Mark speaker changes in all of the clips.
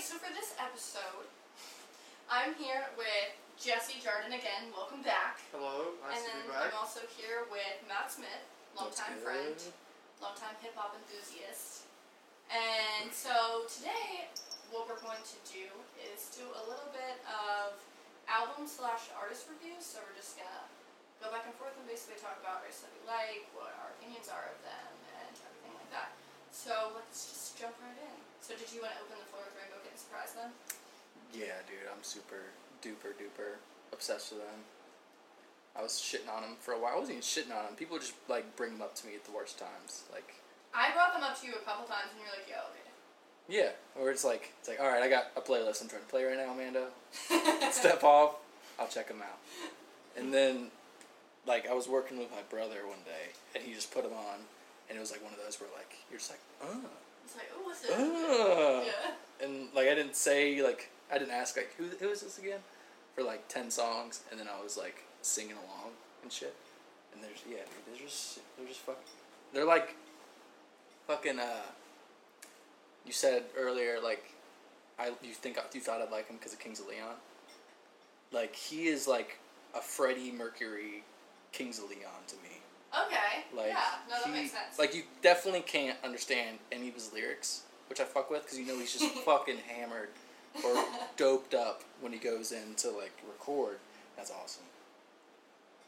Speaker 1: so for this episode, I'm here with Jesse Jardin again. Welcome back.
Speaker 2: Hello, nice
Speaker 1: and
Speaker 2: to
Speaker 1: then
Speaker 2: be back.
Speaker 1: I'm also here with Matt Smith,
Speaker 2: That's
Speaker 1: longtime
Speaker 2: good.
Speaker 1: friend, longtime hip hop enthusiast. And so today, what we're going to do is do a little bit of album slash artist reviews. So we're just gonna go back and forth and basically talk about artists that we like, what our opinions are of them, and everything like that. So let's just jump right in. So did you want to open the floor with Rainbow Kitten Surprise then?
Speaker 2: Yeah, dude, I'm super duper duper obsessed with them. I was shitting on them for a while. I wasn't even shitting on them. People just like bring them up to me at the worst times. Like,
Speaker 1: I brought them up to you a couple times, and you're like, "Yo, okay."
Speaker 2: yeah, or it's like it's like all right, I got a playlist I'm trying to play right now, Amanda. Step off, I'll check them out. And then, like, I was working with my brother one day, and he just put them on, and it was like one of those where like you're just like, uh,
Speaker 1: It's like, "Oh, what's it?"
Speaker 2: uh.
Speaker 1: Yeah.
Speaker 2: and like I didn't say like I didn't ask like who who is this again for like ten songs, and then I was like singing along and shit. And there's yeah, dude, they're just they're just fucking they're like fucking uh. You said earlier like I you think you thought I'd like him because of Kings of Leon. Like he is like a Freddie Mercury, Kings of Leon to me.
Speaker 1: Okay.
Speaker 2: Like
Speaker 1: yeah. No, that
Speaker 2: he-
Speaker 1: makes sense.
Speaker 2: Like you definitely can't understand any of his lyrics, which I fuck with because you know he's just fucking hammered or doped up when he goes in to like record. That's awesome.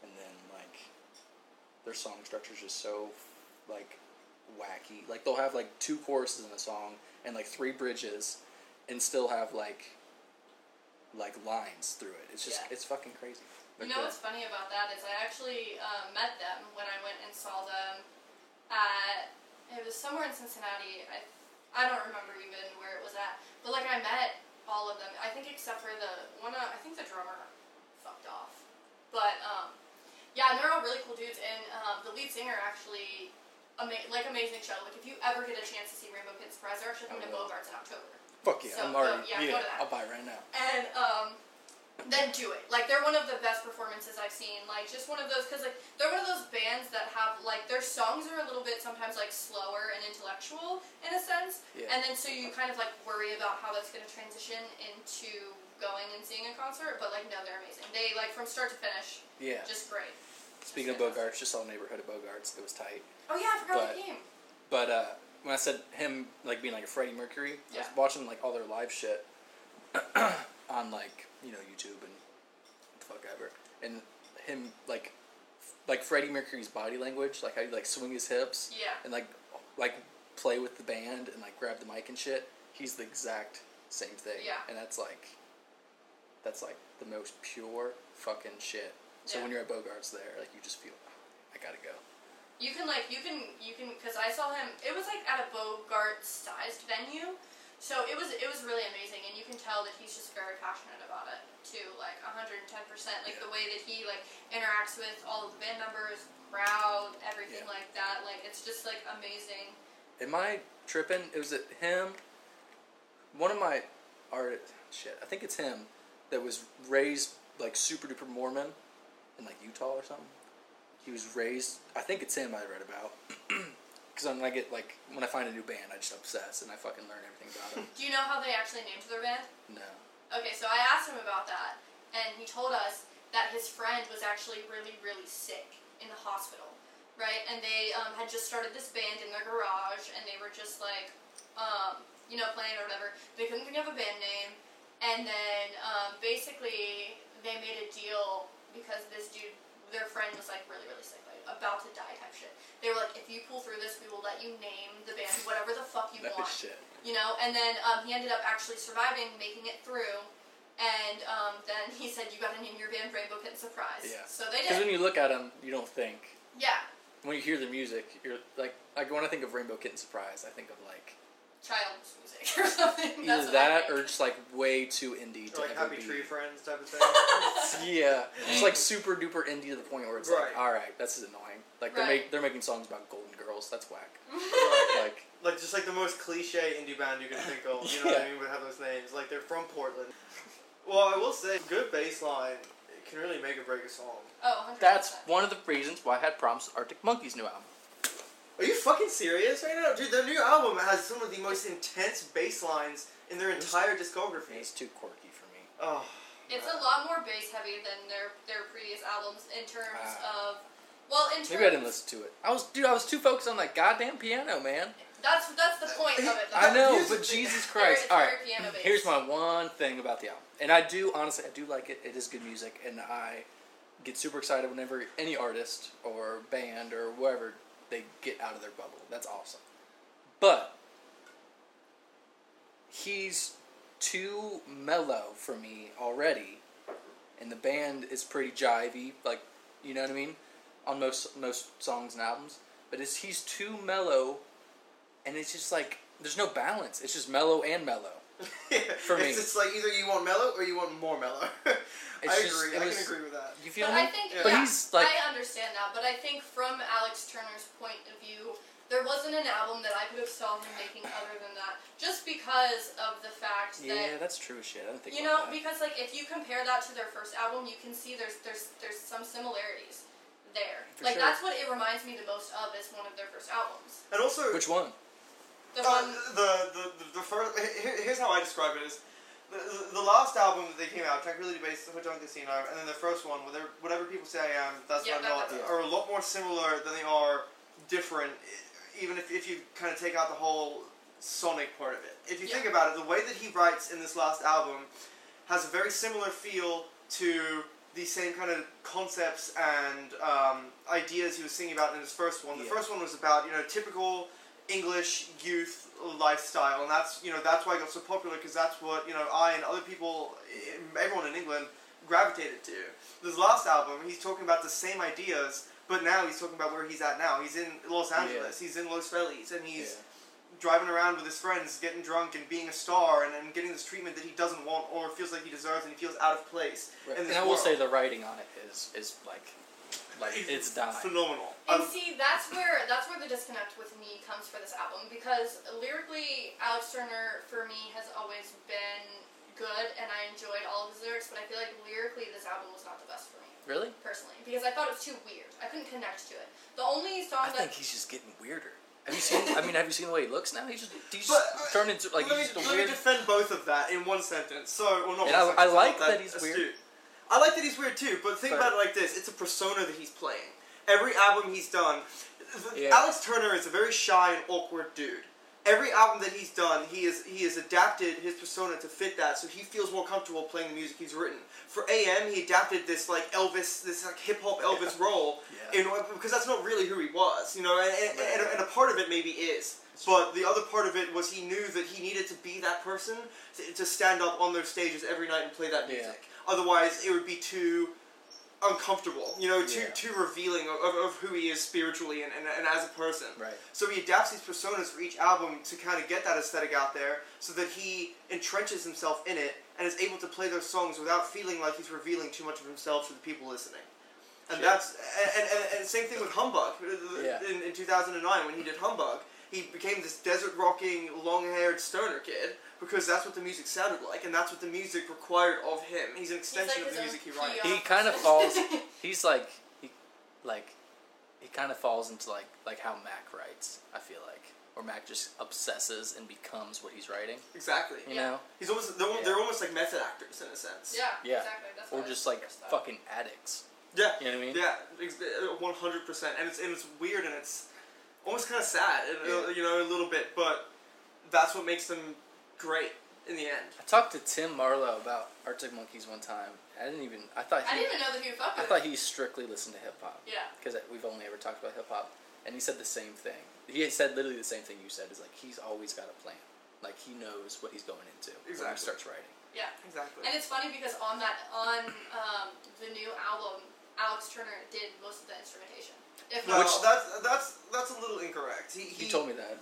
Speaker 2: And then like their song structure is just so like wacky. Like they'll have like two choruses in a song and like three bridges, and still have like like lines through it. It's just
Speaker 1: Yeah.
Speaker 2: it's fucking crazy.
Speaker 1: you
Speaker 2: They're
Speaker 1: know
Speaker 2: good.
Speaker 1: what's funny about that is I actually um, met them when I went and saw them at it was somewhere in Cincinnati. I I don't remember even where it was at, but like I met all of them. I think except for the one. Uh, I think the drummer fucked off, but um, yeah, and they're all really cool dudes. And um, the lead singer actually. Ama- like amazing show. Like if you ever get a chance to see Rainbow Kid Surprise, they're actually
Speaker 2: I
Speaker 1: coming to
Speaker 2: will.
Speaker 1: Bogarts in October.
Speaker 2: Fuck yeah!
Speaker 1: so,
Speaker 2: I'm
Speaker 1: go-
Speaker 2: already
Speaker 1: yeah, go to that.
Speaker 2: I'll buy it right now.
Speaker 1: and um, then do it. Like they're one of the best performances I've seen. Like just one of those because like they're one of those bands that have like their songs are a little bit sometimes like slower and intellectual in a sense,
Speaker 2: Yeah.
Speaker 1: and then so you kind of like worry about how that's gonna transition into going and seeing a concert. But like no, they're amazing. They like from start to finish,
Speaker 2: Yeah.
Speaker 1: just great.
Speaker 2: Speaking of
Speaker 1: That's
Speaker 2: Bogarts, just saw neighborhood of Bogarts. It was tight.
Speaker 1: Oh yeah, I forgot
Speaker 2: But-
Speaker 1: the game.
Speaker 2: But uh, when I said him like being like a Freddie Mercury, I
Speaker 1: Yeah.
Speaker 2: was watching like all their live shit on like you know YouTube and the fuck ever, and him like f- like Freddie Mercury's body language, like how he like swing his hips
Speaker 1: Yeah.
Speaker 2: and like like play with the band and like grab the mic and shit. He's the exact same thing.
Speaker 1: Yeah.
Speaker 2: And that's like that's like the most pure fucking shit. So
Speaker 1: Yeah.
Speaker 2: when you're at Bogart's there, like you just feel I gotta go.
Speaker 1: You can like you can you can because I saw him. It was like at a Bogart sized venue, so it was it was really amazing, and you can tell that he's just very passionate about it too, like 110 percent. Like the way that he like interacts with all of the band members, crowd, everything
Speaker 2: Yeah.
Speaker 1: like that. Like it's just like amazing.
Speaker 2: Am I tripping? It was it him. One of my art shit. I think it's him that was raised like super duper Mormon in like Utah or something. He was raised. I think it's him I read about. Because when I get like when I find a new band, I just obsess and I fucking learn everything about
Speaker 1: Do you know how they actually named their band?
Speaker 2: it. No.
Speaker 1: Okay, so I asked him about that, and he told us that his friend was actually really, really sick in the hospital, right? And they um, had just started this band in their garage, and they were just like, um, you know, playing or whatever. They couldn't think of a band name, and then um, basically they made a deal because this dude, their friend, was like really, really sick, like about to die type shit. They were like, if you pull through this, we will let you name the band whatever the fuck you
Speaker 2: No
Speaker 1: want
Speaker 2: shit.
Speaker 1: you know and then um, he ended up actually surviving making it through and um, then he said you gotta name your band rainbow kitten surprise
Speaker 2: Yeah.
Speaker 1: so they
Speaker 2: Because
Speaker 1: did
Speaker 2: when you look at them, you don't think.
Speaker 1: yeah
Speaker 2: When you hear the music, you're like, like when I think of Rainbow Kitten Surprise, I think of like
Speaker 1: child's music or something That's
Speaker 2: either
Speaker 1: what I
Speaker 2: that
Speaker 1: think.
Speaker 2: or just like way too indie to
Speaker 3: Or like
Speaker 2: ever
Speaker 3: happy
Speaker 2: be.
Speaker 3: tree friends type of thing.
Speaker 2: Yeah, it's like super duper indie to the point where it's
Speaker 3: Right.
Speaker 2: like, all right, this is annoying. Like they're
Speaker 1: Right.
Speaker 2: make, they're making songs about Golden Girls. That's whack.
Speaker 3: like,
Speaker 2: Like
Speaker 3: like just like the most cliche indie band you can think of. You know what I mean? Would have those names. Like they're from Portland. Well, I will say, good bass line can really make or break a song.
Speaker 1: oh 100%.
Speaker 2: that's one of the reasons why I had problems with Arctic Monkeys' new album.
Speaker 3: Are you fucking serious right now, dude? Their new album has some of the most intense bass lines in their entire discography.
Speaker 2: It's too quirky for me.
Speaker 3: Oh,
Speaker 1: It's a lot more bass heavy than their their previous albums in terms
Speaker 2: Ah.
Speaker 1: of well in terms
Speaker 2: Maybe I didn't listen to it. I was, dude. I was too focused on that goddamn piano, man.
Speaker 1: that's that's the point of it. though.
Speaker 2: I know,
Speaker 3: Here's the
Speaker 2: but
Speaker 3: thing.
Speaker 2: Jesus
Speaker 1: There is
Speaker 2: Christ! All right,
Speaker 1: very piano based.
Speaker 2: here's my one thing about the album, and I do honestly, I do like it. It is good music, and I get super excited whenever any artist or band or whatever they get out of their bubble. That's awesome, but he's too mellow for me already, and the band is pretty jivey, like you know what I mean, on most most songs and albums. But it's, he's too mellow and it's just like there's no balance. It's just mellow and mellow. For me.
Speaker 3: it's just like either you want mellow or you want more mellow. I
Speaker 2: It's
Speaker 3: agree.
Speaker 2: just- it
Speaker 3: I
Speaker 2: was-
Speaker 3: can agree with that.
Speaker 2: You feel
Speaker 1: But
Speaker 2: me?
Speaker 1: I think
Speaker 3: Yeah.
Speaker 1: yeah.
Speaker 2: But he's like,
Speaker 1: I understand that, but I think from Alex Turner's point of view, there wasn't an album that I could have saw him making other than that, just because of the fact
Speaker 2: yeah,
Speaker 1: that.
Speaker 2: that's true as shit. I don't think
Speaker 1: You know,
Speaker 2: about that.
Speaker 1: because like if you compare that to their first album, you can see there's there's there's some similarities there.
Speaker 2: For
Speaker 1: like
Speaker 2: sure.
Speaker 1: that's what it reminds me the most of is one of their first albums.
Speaker 3: And also,
Speaker 2: which one?
Speaker 1: The
Speaker 3: Uh,
Speaker 1: one
Speaker 3: the, the, the, the first, here, here's how I describe it is the, the, the last album that they came out, Tranquility Base, Hood Junk Casino, and then the first one, whatever, whatever people say I am, that's
Speaker 1: Yeah,
Speaker 3: what I'm
Speaker 1: that-
Speaker 3: not,
Speaker 1: that's-
Speaker 3: are a lot more similar than they are different, e- even if, if you kind of take out the whole sonic part of it. If you
Speaker 1: Yeah.
Speaker 3: think about it, the way that he writes in this last album has a very similar feel to the same kind of concepts and um, ideas he was singing about in his first one. The
Speaker 2: Yeah.
Speaker 3: first one was about you know typical English youth lifestyle, and that's you know that's why it got so popular because that's what you know I and other people, eh, everyone in England gravitated to. This last album, he's talking about the same ideas, but now he's talking about where he's at now. He's in Los Angeles, he's in Los Feliz, and he's driving around with his friends, getting drunk, and being a star, and, and getting this treatment that he doesn't want or feels like he deserves, and he feels out of place.
Speaker 2: Right.
Speaker 3: in
Speaker 2: And
Speaker 3: this
Speaker 2: I will
Speaker 3: world.
Speaker 2: say the writing on it is is like, like it's dying.
Speaker 3: phenomenal.
Speaker 1: And
Speaker 3: Um,
Speaker 1: see, that's where that's where the disconnect with me comes for this album because lyrically, Alex Turner for me has always been good, and I enjoyed all of his lyrics. But I feel like lyrically, this album was not the best for me
Speaker 2: Really?
Speaker 1: personally because I thought it was too weird. I couldn't connect to it. The only song
Speaker 2: I
Speaker 1: that
Speaker 2: think he's just getting weirder. Have you seen? I mean, have you seen the way he looks now? He's just he's just
Speaker 3: But, uh,
Speaker 2: turned into like
Speaker 3: let, me,
Speaker 2: he's just a
Speaker 3: let me
Speaker 2: weird.
Speaker 3: defend both of that in one sentence. So, well, not one
Speaker 2: And I-
Speaker 3: sentence,
Speaker 2: I
Speaker 3: I'm
Speaker 2: like
Speaker 3: not
Speaker 2: that he's weird.
Speaker 3: I like that he's weird too, but think
Speaker 2: But-
Speaker 3: about it like this: it's a persona that he's playing. Every album he's done,
Speaker 2: Yeah.
Speaker 3: Alex Turner is a very shy and awkward dude. Every album that he's done, he is he has adapted his persona to fit that, so he feels more comfortable playing the music he's written. For AM, he adapted this like Elvis, this like hip hop Elvis role,
Speaker 2: Yeah.
Speaker 3: in order- because that's not really who he was, you know. And, and,
Speaker 2: Right.
Speaker 3: and, and a part of it maybe is, but the other part of it was he knew that he needed to be that person to, to stand up on those stages every night and play that
Speaker 2: Yeah.
Speaker 3: music. Otherwise, it would be too uncomfortable, you know, too
Speaker 2: Yeah.
Speaker 3: too revealing of, of, of who he is spiritually and, and, and as a person.
Speaker 2: Right.
Speaker 3: So he adapts these personas for each album to kind of get that aesthetic out there, so that he entrenches himself in it and is able to play those songs without feeling like he's revealing too much of himself to the people listening. And
Speaker 2: Sure.
Speaker 3: that's and, and, and same thing with Humbug
Speaker 2: Yeah.
Speaker 3: in, in 2009 when he did Humbug. He became this desert rocking, long haired stoner kid because that's what the music sounded like, and that's what the music required of him. He's an
Speaker 1: he's
Speaker 3: extension
Speaker 1: like his
Speaker 3: of the
Speaker 1: own
Speaker 3: music he writes.
Speaker 1: PR
Speaker 2: He kinda
Speaker 1: person.
Speaker 2: falls- He's like he, like, he kind of falls into like like how Mac writes. I feel like, or Mac just obsesses and becomes what he's writing.
Speaker 3: Exactly.
Speaker 2: You
Speaker 1: Yeah.
Speaker 2: know.
Speaker 3: He's almost they're, al-
Speaker 2: Yeah.
Speaker 3: they're almost like method actors in a sense.
Speaker 1: yeah,
Speaker 2: Yeah.
Speaker 1: exactly. That's
Speaker 2: or
Speaker 1: what I
Speaker 2: just
Speaker 1: think
Speaker 2: like
Speaker 1: first thought.
Speaker 2: fucking addicts.
Speaker 3: Yeah.
Speaker 2: You know what I mean?
Speaker 3: Yeah, uh, one hundred percent, and it's and it's weird and it's almost kind of sad, and, uh, you know, a little bit, but that's what makes them great in the end.
Speaker 2: I talked to Tim Marlowe about Arctic Monkeys one time. I didn't even. I thought
Speaker 1: I
Speaker 2: he.
Speaker 1: didn't even know that he would fuck
Speaker 2: I
Speaker 1: with
Speaker 2: thought
Speaker 1: it.
Speaker 2: he strictly listened to hip hop
Speaker 1: Yeah,
Speaker 2: because we've only ever talked about hip hop, and he said the same thing. He said literally the same thing you said. Is like he's always got a plan. Like he knows what he's going into when
Speaker 3: Exactly.
Speaker 2: he starts writing.
Speaker 1: yeah.
Speaker 3: Exactly.
Speaker 1: And it's funny because on that on um, the new album, Alex Turner did most of the instrumentation. If
Speaker 3: No,
Speaker 1: not
Speaker 2: Which-
Speaker 1: all.
Speaker 3: that's that's that's a little incorrect. He,
Speaker 2: He, told me that.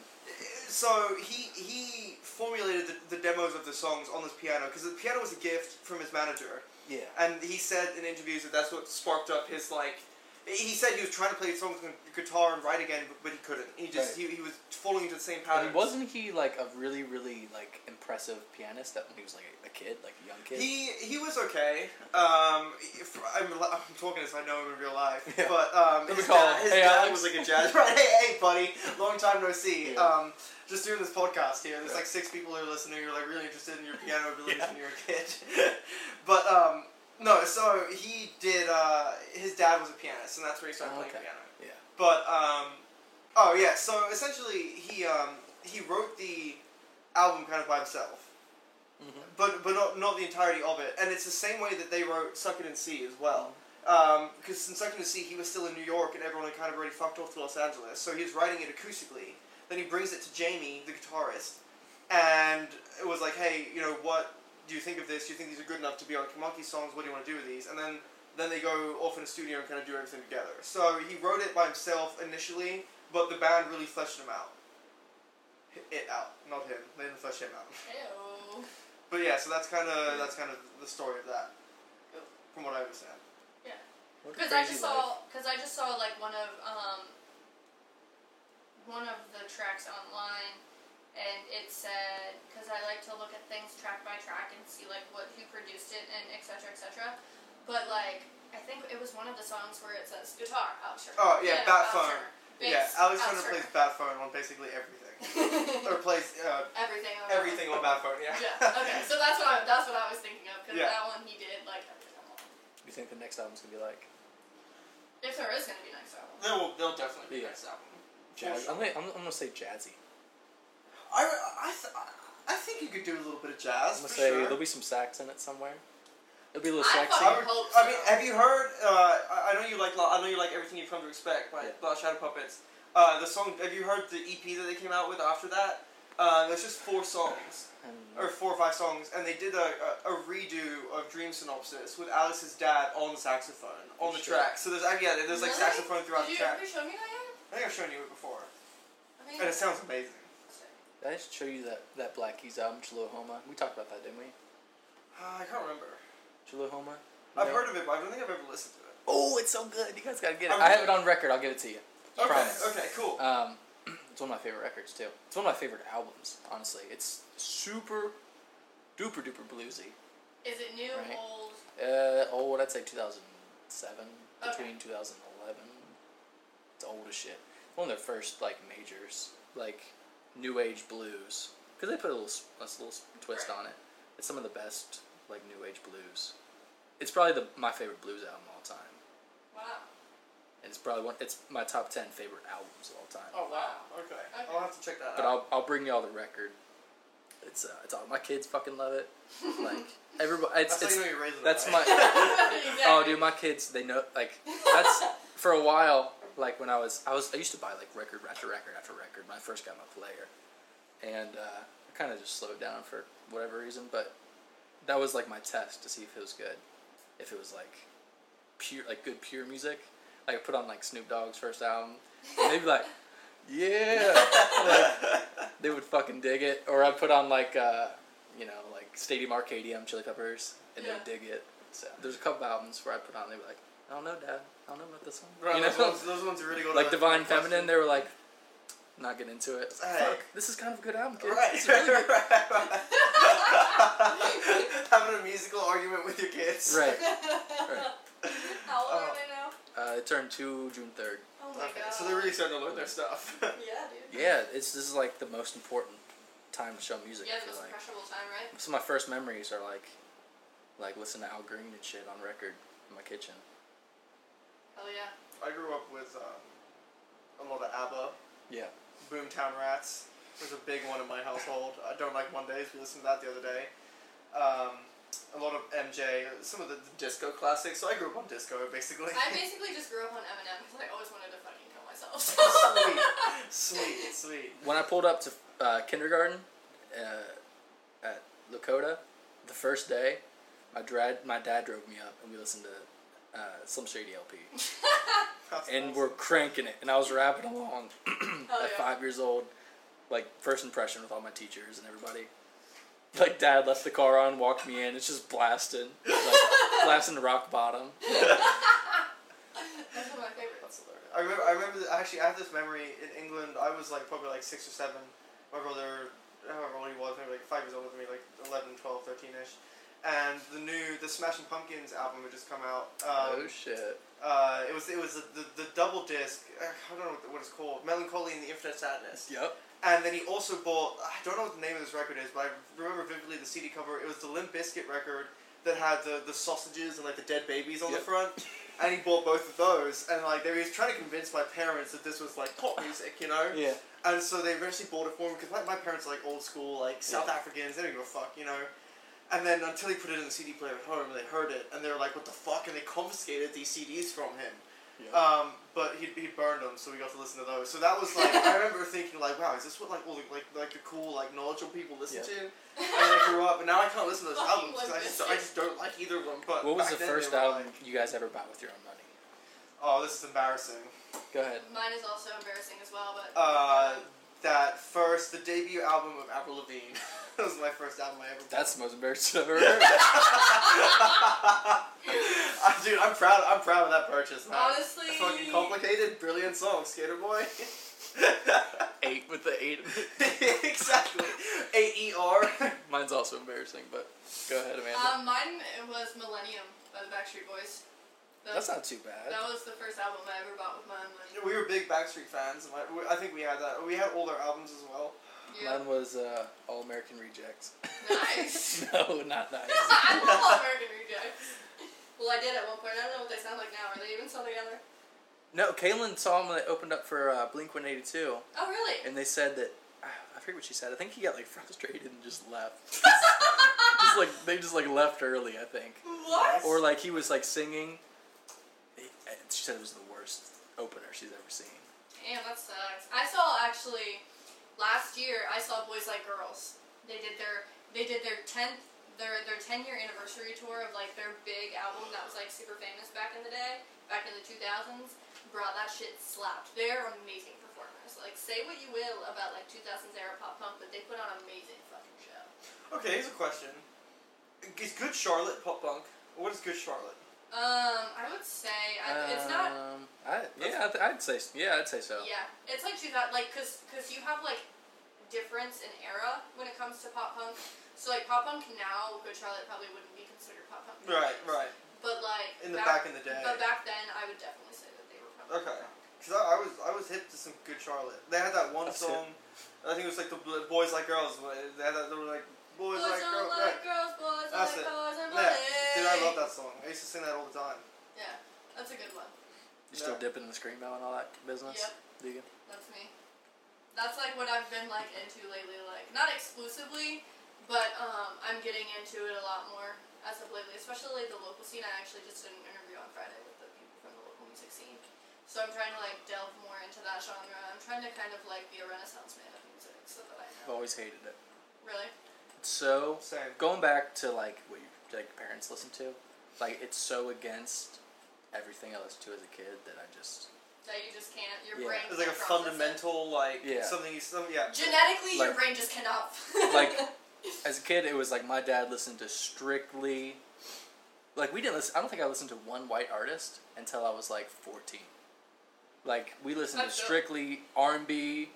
Speaker 3: So he he formulated the, the demos of the songs on this piano because the piano was a gift from his manager,
Speaker 2: Yeah.
Speaker 3: and he said in interviews that that's what sparked up his like He said he was trying to play songs on guitar and write again, but, but he couldn't. He just he, he was falling into the same pattern.
Speaker 2: And wasn't he like a really, really like impressive pianist that when he was like a kid, like a young kid?
Speaker 3: He he was okay. Um, if- I'm, li- I'm talking as I know him in real life,
Speaker 2: Yeah.
Speaker 3: but um,
Speaker 2: Let me
Speaker 3: his,
Speaker 2: call
Speaker 3: dad,
Speaker 2: him.
Speaker 3: his
Speaker 2: Hey,
Speaker 3: dad
Speaker 2: Alex.
Speaker 3: was like a jazz. Right, hey, hey, buddy, long time no see.
Speaker 2: Yeah.
Speaker 3: Um, just doing this podcast here. There's like
Speaker 2: Yeah.
Speaker 3: six people who are listening. Who are like really interested in your piano abilities
Speaker 2: Yeah.
Speaker 3: when you were a kid. but um, no, so he did. Uh, his dad was a pianist, and that's where he started playing
Speaker 2: Okay.
Speaker 3: piano.
Speaker 2: Yeah.
Speaker 3: But um, oh yeah, so essentially he um, he wrote the album kind of by himself
Speaker 2: Mm-hmm.
Speaker 3: but but not not the entirety of it. And it's the same way that they wrote Succulent Sea as well. Because in Succulent Sea, he was still in New York, and everyone had kind of already fucked off to Los Angeles, so he was writing it acoustically. Then he brings it to Jamie, the guitarist, and it was like, hey, you know, what do you think of this? Do you think these are good enough to be on Monkey songs? What do you want to do with these? And then then they go off in a studio and kind of do everything together. So he wrote it by himself initially, but the band really fleshed him out. It out, not him. They didn't flesh him out.
Speaker 1: Ew.
Speaker 3: But yeah, so that's kind of that's kind of the story of that,
Speaker 1: Cool.
Speaker 3: from what I understand.
Speaker 1: Because I just saw, because I just saw like one of um, one of the tracks online, and it said because I like to look at things track by track and see like what who produced it and etc cetera, etc. Cetera. But like I think it was one of the songs where it says guitar Alex Turner.
Speaker 3: Oh,
Speaker 1: piano,
Speaker 3: yeah, Bat
Speaker 1: Alex
Speaker 3: Phone.
Speaker 1: Turner,
Speaker 3: yeah,
Speaker 1: bass,
Speaker 3: Alex
Speaker 1: Alex
Speaker 3: Turner plays bat phone on basically everything,
Speaker 1: Turner.
Speaker 3: or plays uh,
Speaker 1: everything. on that.
Speaker 3: everything on bat phone. Yeah.
Speaker 1: yeah. Okay. So that's what I, that's what I was thinking of because
Speaker 3: Yeah.
Speaker 1: that one he did like everything. on.
Speaker 2: You think the next album's gonna be like?
Speaker 1: If there is gonna be next album.
Speaker 3: They will. They'll definitely be
Speaker 2: Yeah.
Speaker 3: next album.
Speaker 2: Jazz.
Speaker 3: sure.
Speaker 2: I'm, gonna, I'm, I'm gonna say jazzy.
Speaker 3: I I, th- I think you could do a little bit of
Speaker 2: I'm
Speaker 3: jazz for
Speaker 2: gonna say
Speaker 3: sure.
Speaker 2: there'll be some sax in it somewhere. It'll be a little
Speaker 1: I
Speaker 2: sexy.
Speaker 3: I, would,
Speaker 1: Hope
Speaker 3: I mean,
Speaker 1: so.
Speaker 3: have you heard? Uh, I I know you like. La- I know you like everything you've come to expect by
Speaker 2: Yeah.
Speaker 3: La Shadow Puppets. Uh, the song. Have you heard the EP that they came out with after that? Uh, there's just four songs.
Speaker 2: And-
Speaker 3: or four or five songs, and they did a, a, a redo of Dream Synopsis with Alice's dad on saxophone on the
Speaker 2: Sure.
Speaker 3: track. So there's uh, yeah, there's like
Speaker 1: Really?
Speaker 3: saxophone throughout
Speaker 1: Did
Speaker 3: the track.
Speaker 1: you, have you shown me that yet?
Speaker 3: I think I've shown you it before,
Speaker 1: I mean,
Speaker 3: and it sounds amazing.
Speaker 2: Did I just show you that that Black Keys album, Chilohoma? We talked about that, didn't we?
Speaker 3: Uh, I can't remember.
Speaker 2: Chilohoma.
Speaker 3: I've heard of it, but I don't think I've ever listened to it.
Speaker 2: Oh, it's so good. You guys gotta get it.
Speaker 3: I'm
Speaker 2: I have
Speaker 3: really-
Speaker 2: it on record. I'll give it to you.
Speaker 3: Okay,
Speaker 2: Promise.
Speaker 3: okay, cool.
Speaker 2: Um, it's one of my favorite records too. It's one of my favorite albums, honestly. It's super, duper duper bluesy.
Speaker 1: Is it new,
Speaker 2: Right.
Speaker 1: old?
Speaker 2: Uh, old. I'd say 2007
Speaker 1: Okay.
Speaker 2: between 2011. It's old as shit. One of their first like majors, like new age blues, because they put a little s- a little s- twist
Speaker 1: Right.
Speaker 2: on it. It's some of the best like new age blues. It's probably the my favorite blues album of all time.
Speaker 1: Wow.
Speaker 2: And it's probably one. It's my top ten favorite albums of all time.
Speaker 3: Oh wow. Okay.
Speaker 1: Okay.
Speaker 3: I'll have to check that
Speaker 2: But
Speaker 3: out.
Speaker 2: I'll, I'll bring y'all the record. It's uh, it's all my kids fucking love it. Like everybody, it's,
Speaker 3: that's how
Speaker 2: it's
Speaker 3: you know you're raising
Speaker 2: that's
Speaker 3: them,
Speaker 2: my.
Speaker 3: right?
Speaker 1: exactly.
Speaker 2: Oh, dude, my kids they know like that's for a while. Like when I was I was I used to buy like record after record after record when I first got my player, and uh, I kind of just slowed down for whatever reason. But that was like my test to see if it was good, if it was like pure like good pure music. Like I put on like Snoop Dogg's first album, and they'd be like, yeah. They would fucking dig it. Or I'd put on like, uh, you know, like Stadium Arcadium, Chili Peppers, and
Speaker 1: Yeah.
Speaker 2: they'd dig it. So there's a couple albums where I put on, they'd be like, I don't know, Dad. I don't know about this one.
Speaker 3: Right,
Speaker 2: you
Speaker 3: those,
Speaker 2: know?
Speaker 3: ones, those ones are really good.
Speaker 2: like Divine Feminine, they were like, not getting into it.
Speaker 3: Hey.
Speaker 2: Fuck, this is kind of a good album, kids. This
Speaker 3: Right.
Speaker 2: is really good.
Speaker 3: Having a musical argument with your kids.
Speaker 2: right.
Speaker 1: How old
Speaker 3: Oh.
Speaker 1: are they now?
Speaker 2: Uh, it turned two June 3rd.
Speaker 1: Oh my
Speaker 3: Okay,
Speaker 1: god.
Speaker 3: so they're really starting to learn their stuff.
Speaker 1: Yeah, dude.
Speaker 2: Yeah, it's this is like the most important time to show music,
Speaker 1: Yeah,
Speaker 2: I
Speaker 1: the
Speaker 2: feel
Speaker 1: most
Speaker 2: like.
Speaker 1: impressionable time, right?
Speaker 2: So my first memories are like, like listening to Al Green and shit on record in my kitchen.
Speaker 1: Hell yeah.
Speaker 3: I grew up with um, a lot of ABBA,
Speaker 2: Yeah.
Speaker 3: Boomtown Rats was a big one in my household. I don't like Mondays. We listened to that the other day. Um, a lot of MJ, some of the, the disco classics. So I grew up on disco basically.
Speaker 1: I basically just grew up on Eminem because I always wanted to fucking kill myself.
Speaker 3: sweet, sweet, sweet.
Speaker 2: When I pulled up to uh, kindergarten uh, at Lakota, the first day, my dad my dad drove me up and we listened to uh, Slim Shady LP,
Speaker 3: That's
Speaker 2: and
Speaker 3: awesome.
Speaker 2: we're cranking it, and I was rapping along
Speaker 3: Oh,
Speaker 1: Hell
Speaker 2: at
Speaker 1: yeah.
Speaker 2: five years old, like first impression with all my teachers and everybody. Like dad left the car on, walked me in. It's just blasting, like, blasting the rock bottom.
Speaker 1: That's one of my favorite
Speaker 3: I remember. I remember. that- Actually, I have this memory in England. I was like probably like six or seven. My brother, however old he was, maybe like five years older than me, like 11, 12, 13 ish. And the new the Smashing Pumpkins album had just come out. Um,
Speaker 2: oh shit.
Speaker 3: uh, it was it was the, the, the double disc. uh, I don't know what- what it's called. Melancholy and the Infinite Sadness.
Speaker 2: Yep.
Speaker 3: And then he also bought. I don't know what the name of this record is, but I remember vividly the CD cover. It was the Limp Bizkit record that had the, the sausages and like the dead babies on
Speaker 2: Yep.
Speaker 3: the front. And he bought both of those. And like they were he was trying to convince my parents that this was like pop music, you know.
Speaker 2: Yeah.
Speaker 3: And so they eventually bought it for him because like my parents are like old school, like South
Speaker 2: Yeah.
Speaker 3: Africans. They don't give a fuck, you know. And then until he put it in the CD player at home, they heard it and they were like, "What the fuck?" And they confiscated these CDs from him.
Speaker 2: Yeah.
Speaker 3: Um, but he he burned them, so we got to listen to those. So that was like I remember thinking like, wow, is this what like all the, like like the cool like knowledgeable people listen
Speaker 2: Yeah.
Speaker 3: to? And I grew up, but now I can't listen to those
Speaker 1: Fucking
Speaker 3: albums 'cause I just I just don't like either of them. But
Speaker 2: what was
Speaker 3: back
Speaker 2: the
Speaker 3: then they
Speaker 2: first
Speaker 3: were
Speaker 2: album
Speaker 3: like,
Speaker 2: you guys ever bought with your own money?
Speaker 3: oh, this is embarrassing.
Speaker 2: Go ahead.
Speaker 1: Mine is also embarrassing as well, but
Speaker 3: Uh,
Speaker 1: um,
Speaker 3: that first the debut album of Avril Lavigne. that was my first album I ever. bought.
Speaker 2: That's the most embarrassing I've ever heard.
Speaker 3: I, dude, I'm proud. I'm proud of that purchase. Man.
Speaker 1: honestly,
Speaker 3: fucking complicated, brilliant song, Skater Boy.
Speaker 2: eight with the eight.
Speaker 3: exactly. A E R.
Speaker 2: Mine's also embarrassing, but go ahead, Amanda.
Speaker 1: Um, mine was Millennium by the Backstreet Boys. That
Speaker 2: That's
Speaker 1: was,
Speaker 2: not too bad.
Speaker 1: that was the first album I ever bought with my own money.
Speaker 3: We were big Backstreet fans. and I- we- I think we had that. We had all their albums as well.
Speaker 1: Yeah.
Speaker 2: Mine was uh, All American Rejects.
Speaker 1: Nice.
Speaker 2: no, not nice.
Speaker 1: I love All American Rejects. Well, I did at one point. I don't know what they sound like now. Are they even still together?
Speaker 2: no, Kaylin saw him when they opened up for uh, Blink 182,
Speaker 1: Oh, really?
Speaker 2: and they said that. ah, I forget what she said. I think he got like frustrated and just left. just like they just like left early, I think.
Speaker 1: What?
Speaker 2: Or like he was like singing. He- and She said it was the worst opener she's ever seen.
Speaker 1: Damn, that sucks. I saw actually last year. I saw Boys Like Girls. They did their they did their tenth their their ten year anniversary tour of like their big album that was like super famous back in the day, back in the two thousands. Brought that shit slapped. They're amazing performers. Like say what you will about like two thousands era pop punk, but they put on amazing fucking show.
Speaker 3: Okay, here's a question. Is Good Charlotte pop punk? What is Good Charlotte?
Speaker 1: Um, I would say I, it's not
Speaker 2: Um, I, yeah, I th- I'd say s- yeah, I'd say
Speaker 3: Uh,
Speaker 2: so.
Speaker 1: Yeah, it's like two thousand, like, cause, cause you have like difference in era when it comes to pop punk. So like pop punk now, Good Charlotte probably wouldn't be considered pop punk.
Speaker 3: Right, right.
Speaker 1: But like
Speaker 3: In the back in the day.
Speaker 1: But back then, I would definitely say that they were pop
Speaker 3: Okay. Because I, I was I was hip to some Good Charlotte. They had that one
Speaker 2: That's
Speaker 3: song. I think it was like the Bl- Boys Like Girls. where They had that they were like Boys,
Speaker 1: Boys
Speaker 3: Like
Speaker 1: don't
Speaker 3: Girls.
Speaker 1: like girls, boys
Speaker 3: That's
Speaker 1: like
Speaker 3: it.
Speaker 1: boys and
Speaker 3: Yeah.
Speaker 1: money.
Speaker 3: Dude, I love that song. I used to sing that all the time.
Speaker 1: Yeah, that's a good one.
Speaker 2: You still
Speaker 3: Yeah.
Speaker 2: dipping in the screamo and all that business?
Speaker 1: Yep.
Speaker 2: Do you?
Speaker 1: That's me. That's like what I've been like into lately. Like not exclusively, but um, I'm getting into it a lot more as of lately. Especially like, the local scene. I actually just did an interview on Friday with the people from the local music scene. So I'm trying to like delve more into that genre. I'm trying to kind of like be a renaissance man of music, so that I
Speaker 2: I've
Speaker 1: know.
Speaker 2: always hated it.
Speaker 1: Really?
Speaker 2: It's so
Speaker 3: Same.
Speaker 2: going back to like what your like parents listen to, like it's so against everything I listened to as a kid that I just
Speaker 1: That you just can't. Your
Speaker 2: Yeah.
Speaker 1: brain.
Speaker 3: It's like a
Speaker 1: can't process it.
Speaker 3: fundamental like
Speaker 2: Yeah.
Speaker 3: something you some yeah.
Speaker 1: Genetically, your
Speaker 2: Like-
Speaker 1: brain just cannot.
Speaker 2: like as a kid it was like my dad listened to strictly like we didn't listen I don't think I listened to one white artist until I was like fourteen. Like we listened to
Speaker 1: That's dope.
Speaker 2: strictly R and B,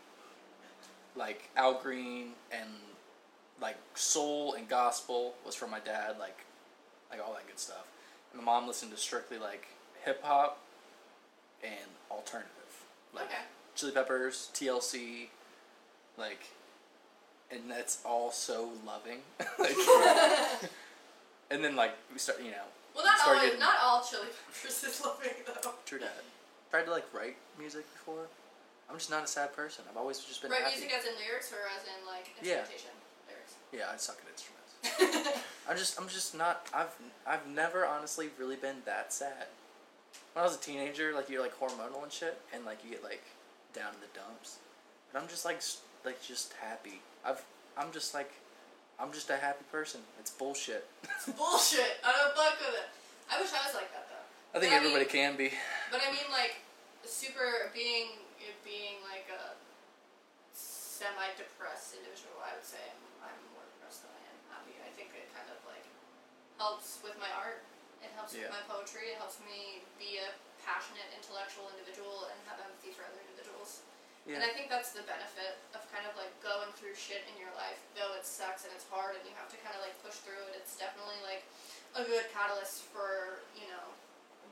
Speaker 2: like Al Green and like soul and gospel was from my dad, like like all that good stuff. And my mom listened to strictly like hip hop and alternative. Like
Speaker 1: Okay.
Speaker 2: Chili Peppers, TLC, like and that's all so loving. like and then like we start you know,
Speaker 1: well, not
Speaker 2: Sorry,
Speaker 1: all.
Speaker 2: getting-
Speaker 1: Not all chili peppers is loving though.
Speaker 2: true dad. Tried to like write music before. I'm just not a sad person. I've always just been
Speaker 1: Right,
Speaker 2: happy.
Speaker 1: music as in lyrics or as in like
Speaker 2: Yeah.
Speaker 1: instrumentation lyrics.
Speaker 2: yeah, I suck at instruments. I just I'm just not I've I've never honestly really been that sad. When I was a teenager, like you're like hormonal and shit, and like you get like down in the dumps. But I'm just like s- like just happy. I've I'm just like I'm just a happy person. It's bullshit.
Speaker 1: Bullshit. I don't fuck with it. I wish I was like that though.
Speaker 2: I think
Speaker 1: Yeah, I mean-
Speaker 2: everybody can be.
Speaker 1: But I mean, like, super being being like a semi-depressed individual. I would say I'm, I'm more depressed than I am happy. I think it kind of like helps with my art. It helps
Speaker 2: Yeah.
Speaker 1: with my poetry. It helps me be a passionate, intellectual individual and have empathy for other individuals.
Speaker 3: Yeah.
Speaker 1: And I think that's the benefit of kind of like going through shit in your life, though it sucks and it's hard and you have to kind of like push through it. It's definitely like a good catalyst for, you know,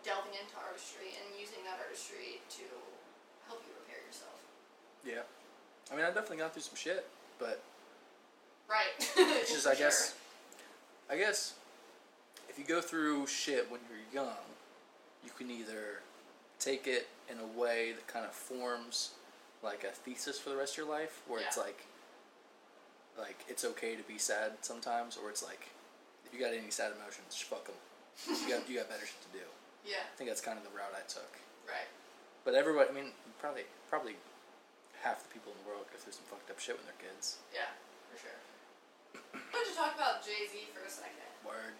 Speaker 1: delving into artistry and using that artistry to help you repair yourself.
Speaker 2: Yeah. I mean, I definitely got through some shit, but
Speaker 1: Right.
Speaker 2: it's just, I guess, I guess, if you go through shit when you're young, you can either take it in a way that kind of forms like a thesis for the rest of your life, where it's
Speaker 1: Yeah.
Speaker 2: like, like it's okay to be sad sometimes, or it's like, if you got any sad emotions, just fuck 'em. You got you got better shit to do.
Speaker 1: Yeah,
Speaker 2: I think that's kind of the route I took.
Speaker 1: right.
Speaker 2: But everybody, I mean, probably probably half the people in the world go through some fucked up shit when they're kids.
Speaker 1: Yeah, for sure. Why don't you talk about Jay Z for a second?
Speaker 2: Word.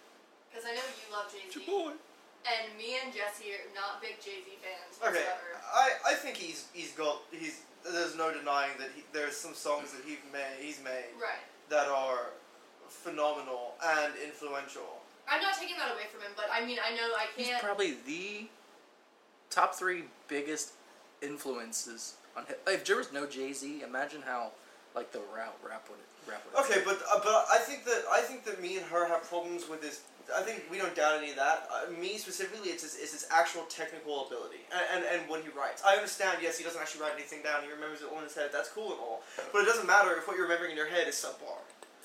Speaker 1: Because I know you love Jay Z.
Speaker 2: It's your boy.
Speaker 1: And me and Jesse are not big Jay Z fans
Speaker 3: Okay,
Speaker 1: whatsoever.
Speaker 3: I, I think he's he's got he's there's no denying that he, there's some songs that he's made he's made
Speaker 1: Right.
Speaker 3: that are phenomenal and influential.
Speaker 1: I'm not taking that away from him, but I mean, I know I
Speaker 2: He's
Speaker 1: can't.
Speaker 2: probably the top three biggest influences on hip. If there was no Jay Z, imagine how like the route rap would rap would.
Speaker 3: Okay, but uh, but I think that I think that me and her have problems with this. I think we don't doubt any of that. Uh, me specifically, it's his, it's his actual technical ability and, and, and what he writes. I understand. Yes, he doesn't actually write anything down. He remembers it all in his head. That's cool and all, but it doesn't matter if what you're remembering in your head is subpar.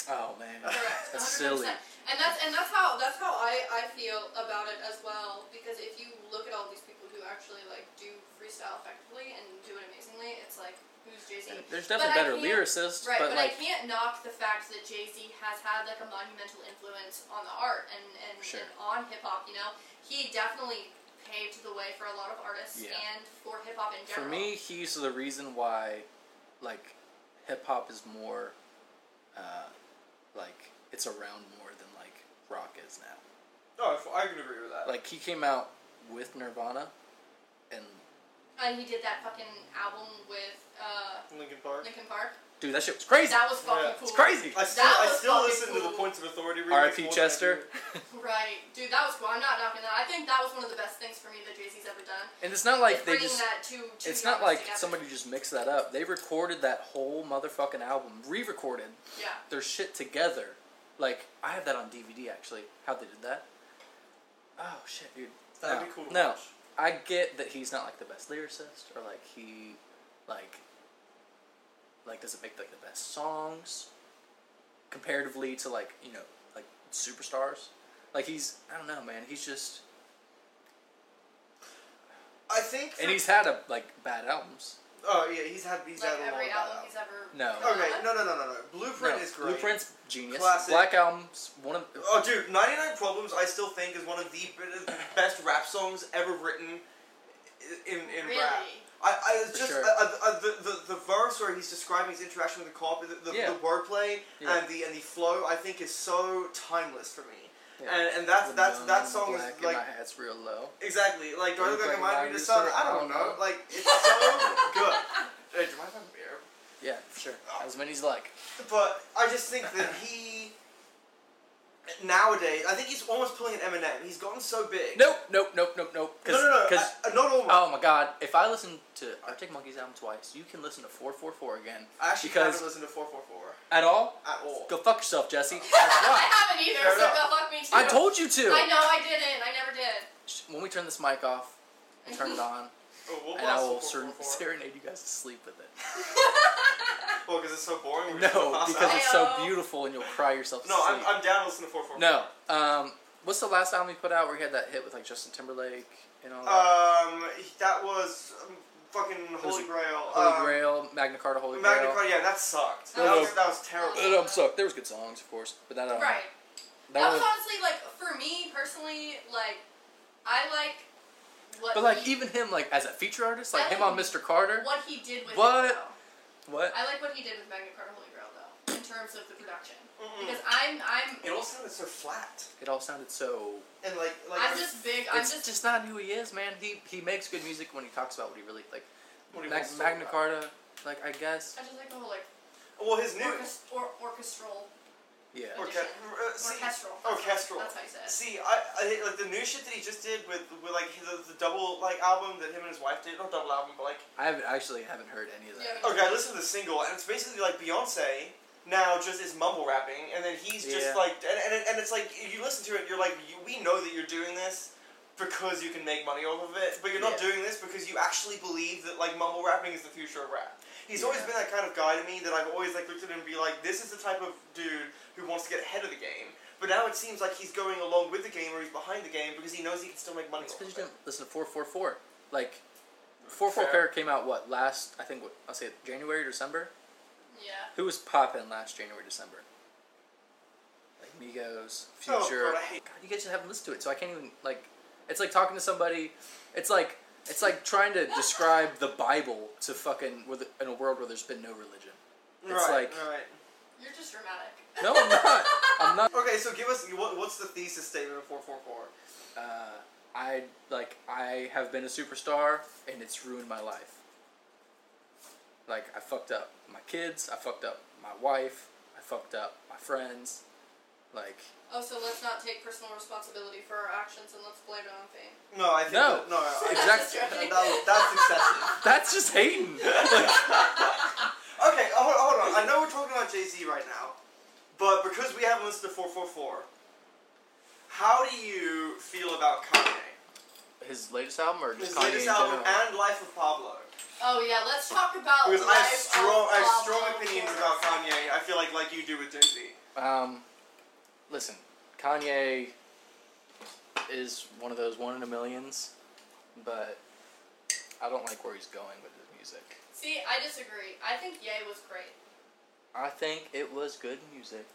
Speaker 2: Oh man.
Speaker 1: Correct.
Speaker 2: That's
Speaker 1: 100%.
Speaker 2: silly.
Speaker 1: And that's and that's how that's how I, I feel about it as well. Because if you look at all these people who actually like do freestyle effectively and do it amazingly, it's like who's Jay Z?
Speaker 2: There's
Speaker 1: But I
Speaker 2: definitely better
Speaker 1: can't-
Speaker 2: lyricists,
Speaker 1: Right, but,
Speaker 2: but,
Speaker 1: I
Speaker 2: like
Speaker 1: can't knock the fact that Jay Z has had like a monumental influence on the art and and,
Speaker 2: Sure.
Speaker 1: and on hip hop. You know, he definitely paved the way for a lot of artists
Speaker 2: Yeah.
Speaker 1: and for hip hop in
Speaker 2: for
Speaker 1: general.
Speaker 2: me, he's the reason why like hip hop is more uh, like it's around more than like rock is now.
Speaker 3: No, if- I can agree with that.
Speaker 2: Like he came out with Nirvana, and
Speaker 1: and Uh, he did that fucking album with uh,
Speaker 3: Lincoln Park.
Speaker 1: Linkin Park.
Speaker 2: dude, that shit was crazy.
Speaker 1: That was fucking
Speaker 3: Yeah.
Speaker 1: cool.
Speaker 2: it's crazy.
Speaker 3: I still,
Speaker 1: That
Speaker 3: I
Speaker 1: was
Speaker 3: still
Speaker 1: fucking
Speaker 3: listen to the
Speaker 1: cool.
Speaker 3: Points of Authority. remix
Speaker 2: R.I.P.
Speaker 3: more than I
Speaker 2: Chester.
Speaker 3: do-
Speaker 1: Right, dude, that was cool. I'm not knocking that. I think that was one of the best things for me that Jay Z's ever done.
Speaker 2: And it's not like
Speaker 1: is
Speaker 2: they
Speaker 1: bringing
Speaker 2: just.
Speaker 1: that to. two
Speaker 2: It's not
Speaker 1: genres
Speaker 2: like
Speaker 1: together.
Speaker 2: somebody just mixed that up. They recorded that whole motherfucking album, re-recorded
Speaker 1: Yeah,
Speaker 2: their shit together. Like I have that on DVD actually. How they did that? Oh shit, dude.
Speaker 3: That'd
Speaker 2: no,
Speaker 3: be cool to
Speaker 2: no,
Speaker 3: watch.
Speaker 2: I get that he's not like the best lyricist or like he, like, like doesn't make like the best songs, comparatively to like you know like superstars. Like he's I don't know man. He's just
Speaker 3: I think. for-
Speaker 2: and he's had a like bad albums.
Speaker 3: Oh yeah, he's had he's
Speaker 1: like
Speaker 3: had a
Speaker 1: every
Speaker 3: lot
Speaker 1: album
Speaker 3: of
Speaker 1: he's ever.
Speaker 2: No.
Speaker 3: that.
Speaker 1: done.
Speaker 3: Okay, no, no, no, no, no. Blueprint
Speaker 2: No,
Speaker 3: is great.
Speaker 2: Blueprint's genius.
Speaker 3: Classic.
Speaker 2: Black Album's one of
Speaker 3: Oh, dude, 99 Problems I still think is one of the b- best rap songs ever written i- in, in
Speaker 1: Really?
Speaker 3: rap. I, I it's
Speaker 2: For
Speaker 3: just
Speaker 2: sure.
Speaker 3: uh, uh, uh, the, the, the verse where he's describing his interaction with the cop, the, the,
Speaker 2: Yeah.
Speaker 3: the wordplay
Speaker 2: Yeah.
Speaker 3: and the and the flow, I think is so timeless for me.
Speaker 2: Yeah.
Speaker 3: And and that's
Speaker 2: When
Speaker 3: that's
Speaker 2: Young
Speaker 3: that
Speaker 2: and
Speaker 3: song is
Speaker 2: Black and
Speaker 3: like
Speaker 2: my hat's real low.
Speaker 3: Exactly. Like, do I
Speaker 2: Or
Speaker 3: look
Speaker 2: you
Speaker 3: like a
Speaker 2: fucking
Speaker 3: minor
Speaker 2: buy
Speaker 3: to
Speaker 2: me
Speaker 3: son?
Speaker 2: some-
Speaker 3: I don't know. Like, it's so good. Hey, do you mind if I have a beer?
Speaker 2: Yeah, sure. As many as you like.
Speaker 3: But I just think that he nowadays, I think he's almost pulling an Eminem. He's gotten so big.
Speaker 2: Nope, nope, nope, nope, nope.
Speaker 3: no,
Speaker 2: Cause,
Speaker 3: no, no.
Speaker 2: 'cause-
Speaker 3: I, not almost.
Speaker 2: oh my god, if I listen to Arctic Monkeys album twice, you can listen to 444 again.
Speaker 3: I actually
Speaker 2: because-
Speaker 3: haven't listened to Four Four Four
Speaker 2: At all?
Speaker 3: at all.
Speaker 2: Go fuck yourself, Jesse. That's
Speaker 1: I
Speaker 2: right.
Speaker 1: haven't either,
Speaker 3: Fair
Speaker 1: so
Speaker 3: enough.
Speaker 1: go fuck me too.
Speaker 2: I told you to.
Speaker 1: I know I didn't. I never did.
Speaker 2: Sh- When we turn this mic off and turn it on,
Speaker 3: Oh, we'll
Speaker 2: and I will
Speaker 3: blast the
Speaker 2: ser-
Speaker 3: 444.
Speaker 2: serenade you guys to sleep with it.
Speaker 3: Well, because Oh, it's so boring. We're just gonna
Speaker 2: No,
Speaker 3: pass
Speaker 2: because
Speaker 3: out.
Speaker 2: it's so
Speaker 1: Ayo.
Speaker 2: beautiful and you'll cry yourself to
Speaker 3: no,
Speaker 2: sleep.
Speaker 3: I'm, I'm down to listen to Four Four Four.
Speaker 2: No. Um, what's the last album he put out where he had that hit with like Justin Timberlake and all that?
Speaker 3: Um, that was um, fucking Holy
Speaker 2: it
Speaker 3: Grail.
Speaker 2: Holy
Speaker 3: um,
Speaker 2: Grail, Magna Carta, Holy
Speaker 3: Magna
Speaker 2: Grail.
Speaker 3: Carta. Yeah, that sucked.
Speaker 1: No,
Speaker 3: That
Speaker 2: no.
Speaker 3: was, that was terrible.
Speaker 2: That album sucked. There was good songs, of course, but that album.
Speaker 1: Right.
Speaker 2: That
Speaker 1: That was
Speaker 2: one-
Speaker 1: honestly like for me personally, like I like what.
Speaker 2: but like
Speaker 1: he,
Speaker 2: even him, like as a feature artist, like
Speaker 1: That
Speaker 2: him on
Speaker 1: was-
Speaker 2: Mr. Carter.
Speaker 1: what he did with
Speaker 2: What?
Speaker 1: it, though.
Speaker 2: What?
Speaker 1: I like what he did with Magna Carta Holy Grail though, in terms of the production,
Speaker 2: Mm.
Speaker 3: Mm-mm.
Speaker 1: because I'm I'm
Speaker 3: It all sounded so flat.
Speaker 2: It all sounded so.
Speaker 3: And like, like
Speaker 1: I'm just big. I'm
Speaker 2: it's
Speaker 1: just
Speaker 2: just not who he is, man. He he makes good music when he talks about what he really like.
Speaker 3: What he
Speaker 2: Mag-
Speaker 3: wants to
Speaker 2: Magna
Speaker 3: talk
Speaker 2: Carta, like I guess.
Speaker 1: I just like the whole like
Speaker 3: Well, his new
Speaker 1: orchest- or, orchestral
Speaker 2: Yeah.
Speaker 1: Or-
Speaker 3: Orca-
Speaker 1: Edition.
Speaker 3: uh, see,
Speaker 1: Orchestral.
Speaker 3: Orchestral.
Speaker 1: That's how you say it.
Speaker 3: See, I, I like the new shit that he just did with with like the, the double like album that him and his wife did. Not double album, but like
Speaker 2: I haven't, actually haven't heard any of that.
Speaker 1: Yeah,
Speaker 3: okay, I listened to the single and it's basically like Beyonce now just is mumble rapping, and then he's just
Speaker 2: Yeah.
Speaker 3: like and, and and it's like you listen to it, you're like you, we know that you're doing this because you can make money off of it, but you're not
Speaker 2: Yeah.
Speaker 3: doing this because you actually believe that like mumble rapping is the future of rap. He's always
Speaker 2: Yeah.
Speaker 3: been that kind of guy to me that I've always like looked at him and be like, this is the type of dude who wants to get ahead of the game. But now it seems like he's going along with the game or he's behind the game because he knows he can still make money.
Speaker 2: It's
Speaker 3: off
Speaker 2: because
Speaker 3: of
Speaker 2: you
Speaker 3: it.
Speaker 2: don't listen to four four four. Like four four
Speaker 3: Fair.
Speaker 2: pair came out what last? I think what I'll say January December.
Speaker 1: Yeah.
Speaker 2: Who was popping last January December? Like Migos,
Speaker 3: Oh,
Speaker 2: Future.
Speaker 3: God, I hate-
Speaker 2: God, you guys just haven't listened to it, so I can't even like. It's like talking to somebody. It's like it's like trying to describe the Bible to fucking with in a world where there's been no religion. It's
Speaker 3: right,
Speaker 2: like-
Speaker 3: right.
Speaker 1: You're just dramatic.
Speaker 2: No, I'm not. I'm not.
Speaker 3: Okay, so give us what, what's the thesis statement of four four four?
Speaker 2: Uh, I like I have been a superstar and it's ruined my life. Like I fucked up my kids, I fucked up my wife, I fucked up my friends. Like
Speaker 1: Oh, so let's not take personal responsibility for our actions and let's blame it on fame.
Speaker 3: No, I think
Speaker 2: No.
Speaker 3: that- no, I-
Speaker 2: Exactly.
Speaker 3: that- that- that's excessive.
Speaker 2: that's just hating.
Speaker 3: Okay, hold, hold on. I know we're talking about Jay Z right now, but because we haven't listened to four four four, how do you feel about Kanye?
Speaker 2: His latest album or just
Speaker 3: His
Speaker 2: Kanye
Speaker 3: latest
Speaker 2: in
Speaker 3: album
Speaker 2: general?
Speaker 3: and Life of Pablo.
Speaker 1: Oh yeah, let's talk about.
Speaker 3: Because I have
Speaker 1: life
Speaker 3: strong,
Speaker 1: of
Speaker 3: I have
Speaker 1: Bob
Speaker 3: strong
Speaker 1: Dylan.
Speaker 3: opinions about Kanye. I feel like like you do with Jay Z.
Speaker 2: Um, listen, Kanye is one of those one in a millions, but I don't like where he's going with his music.
Speaker 1: See, I disagree. I think Ye was great.
Speaker 2: I think it was good music.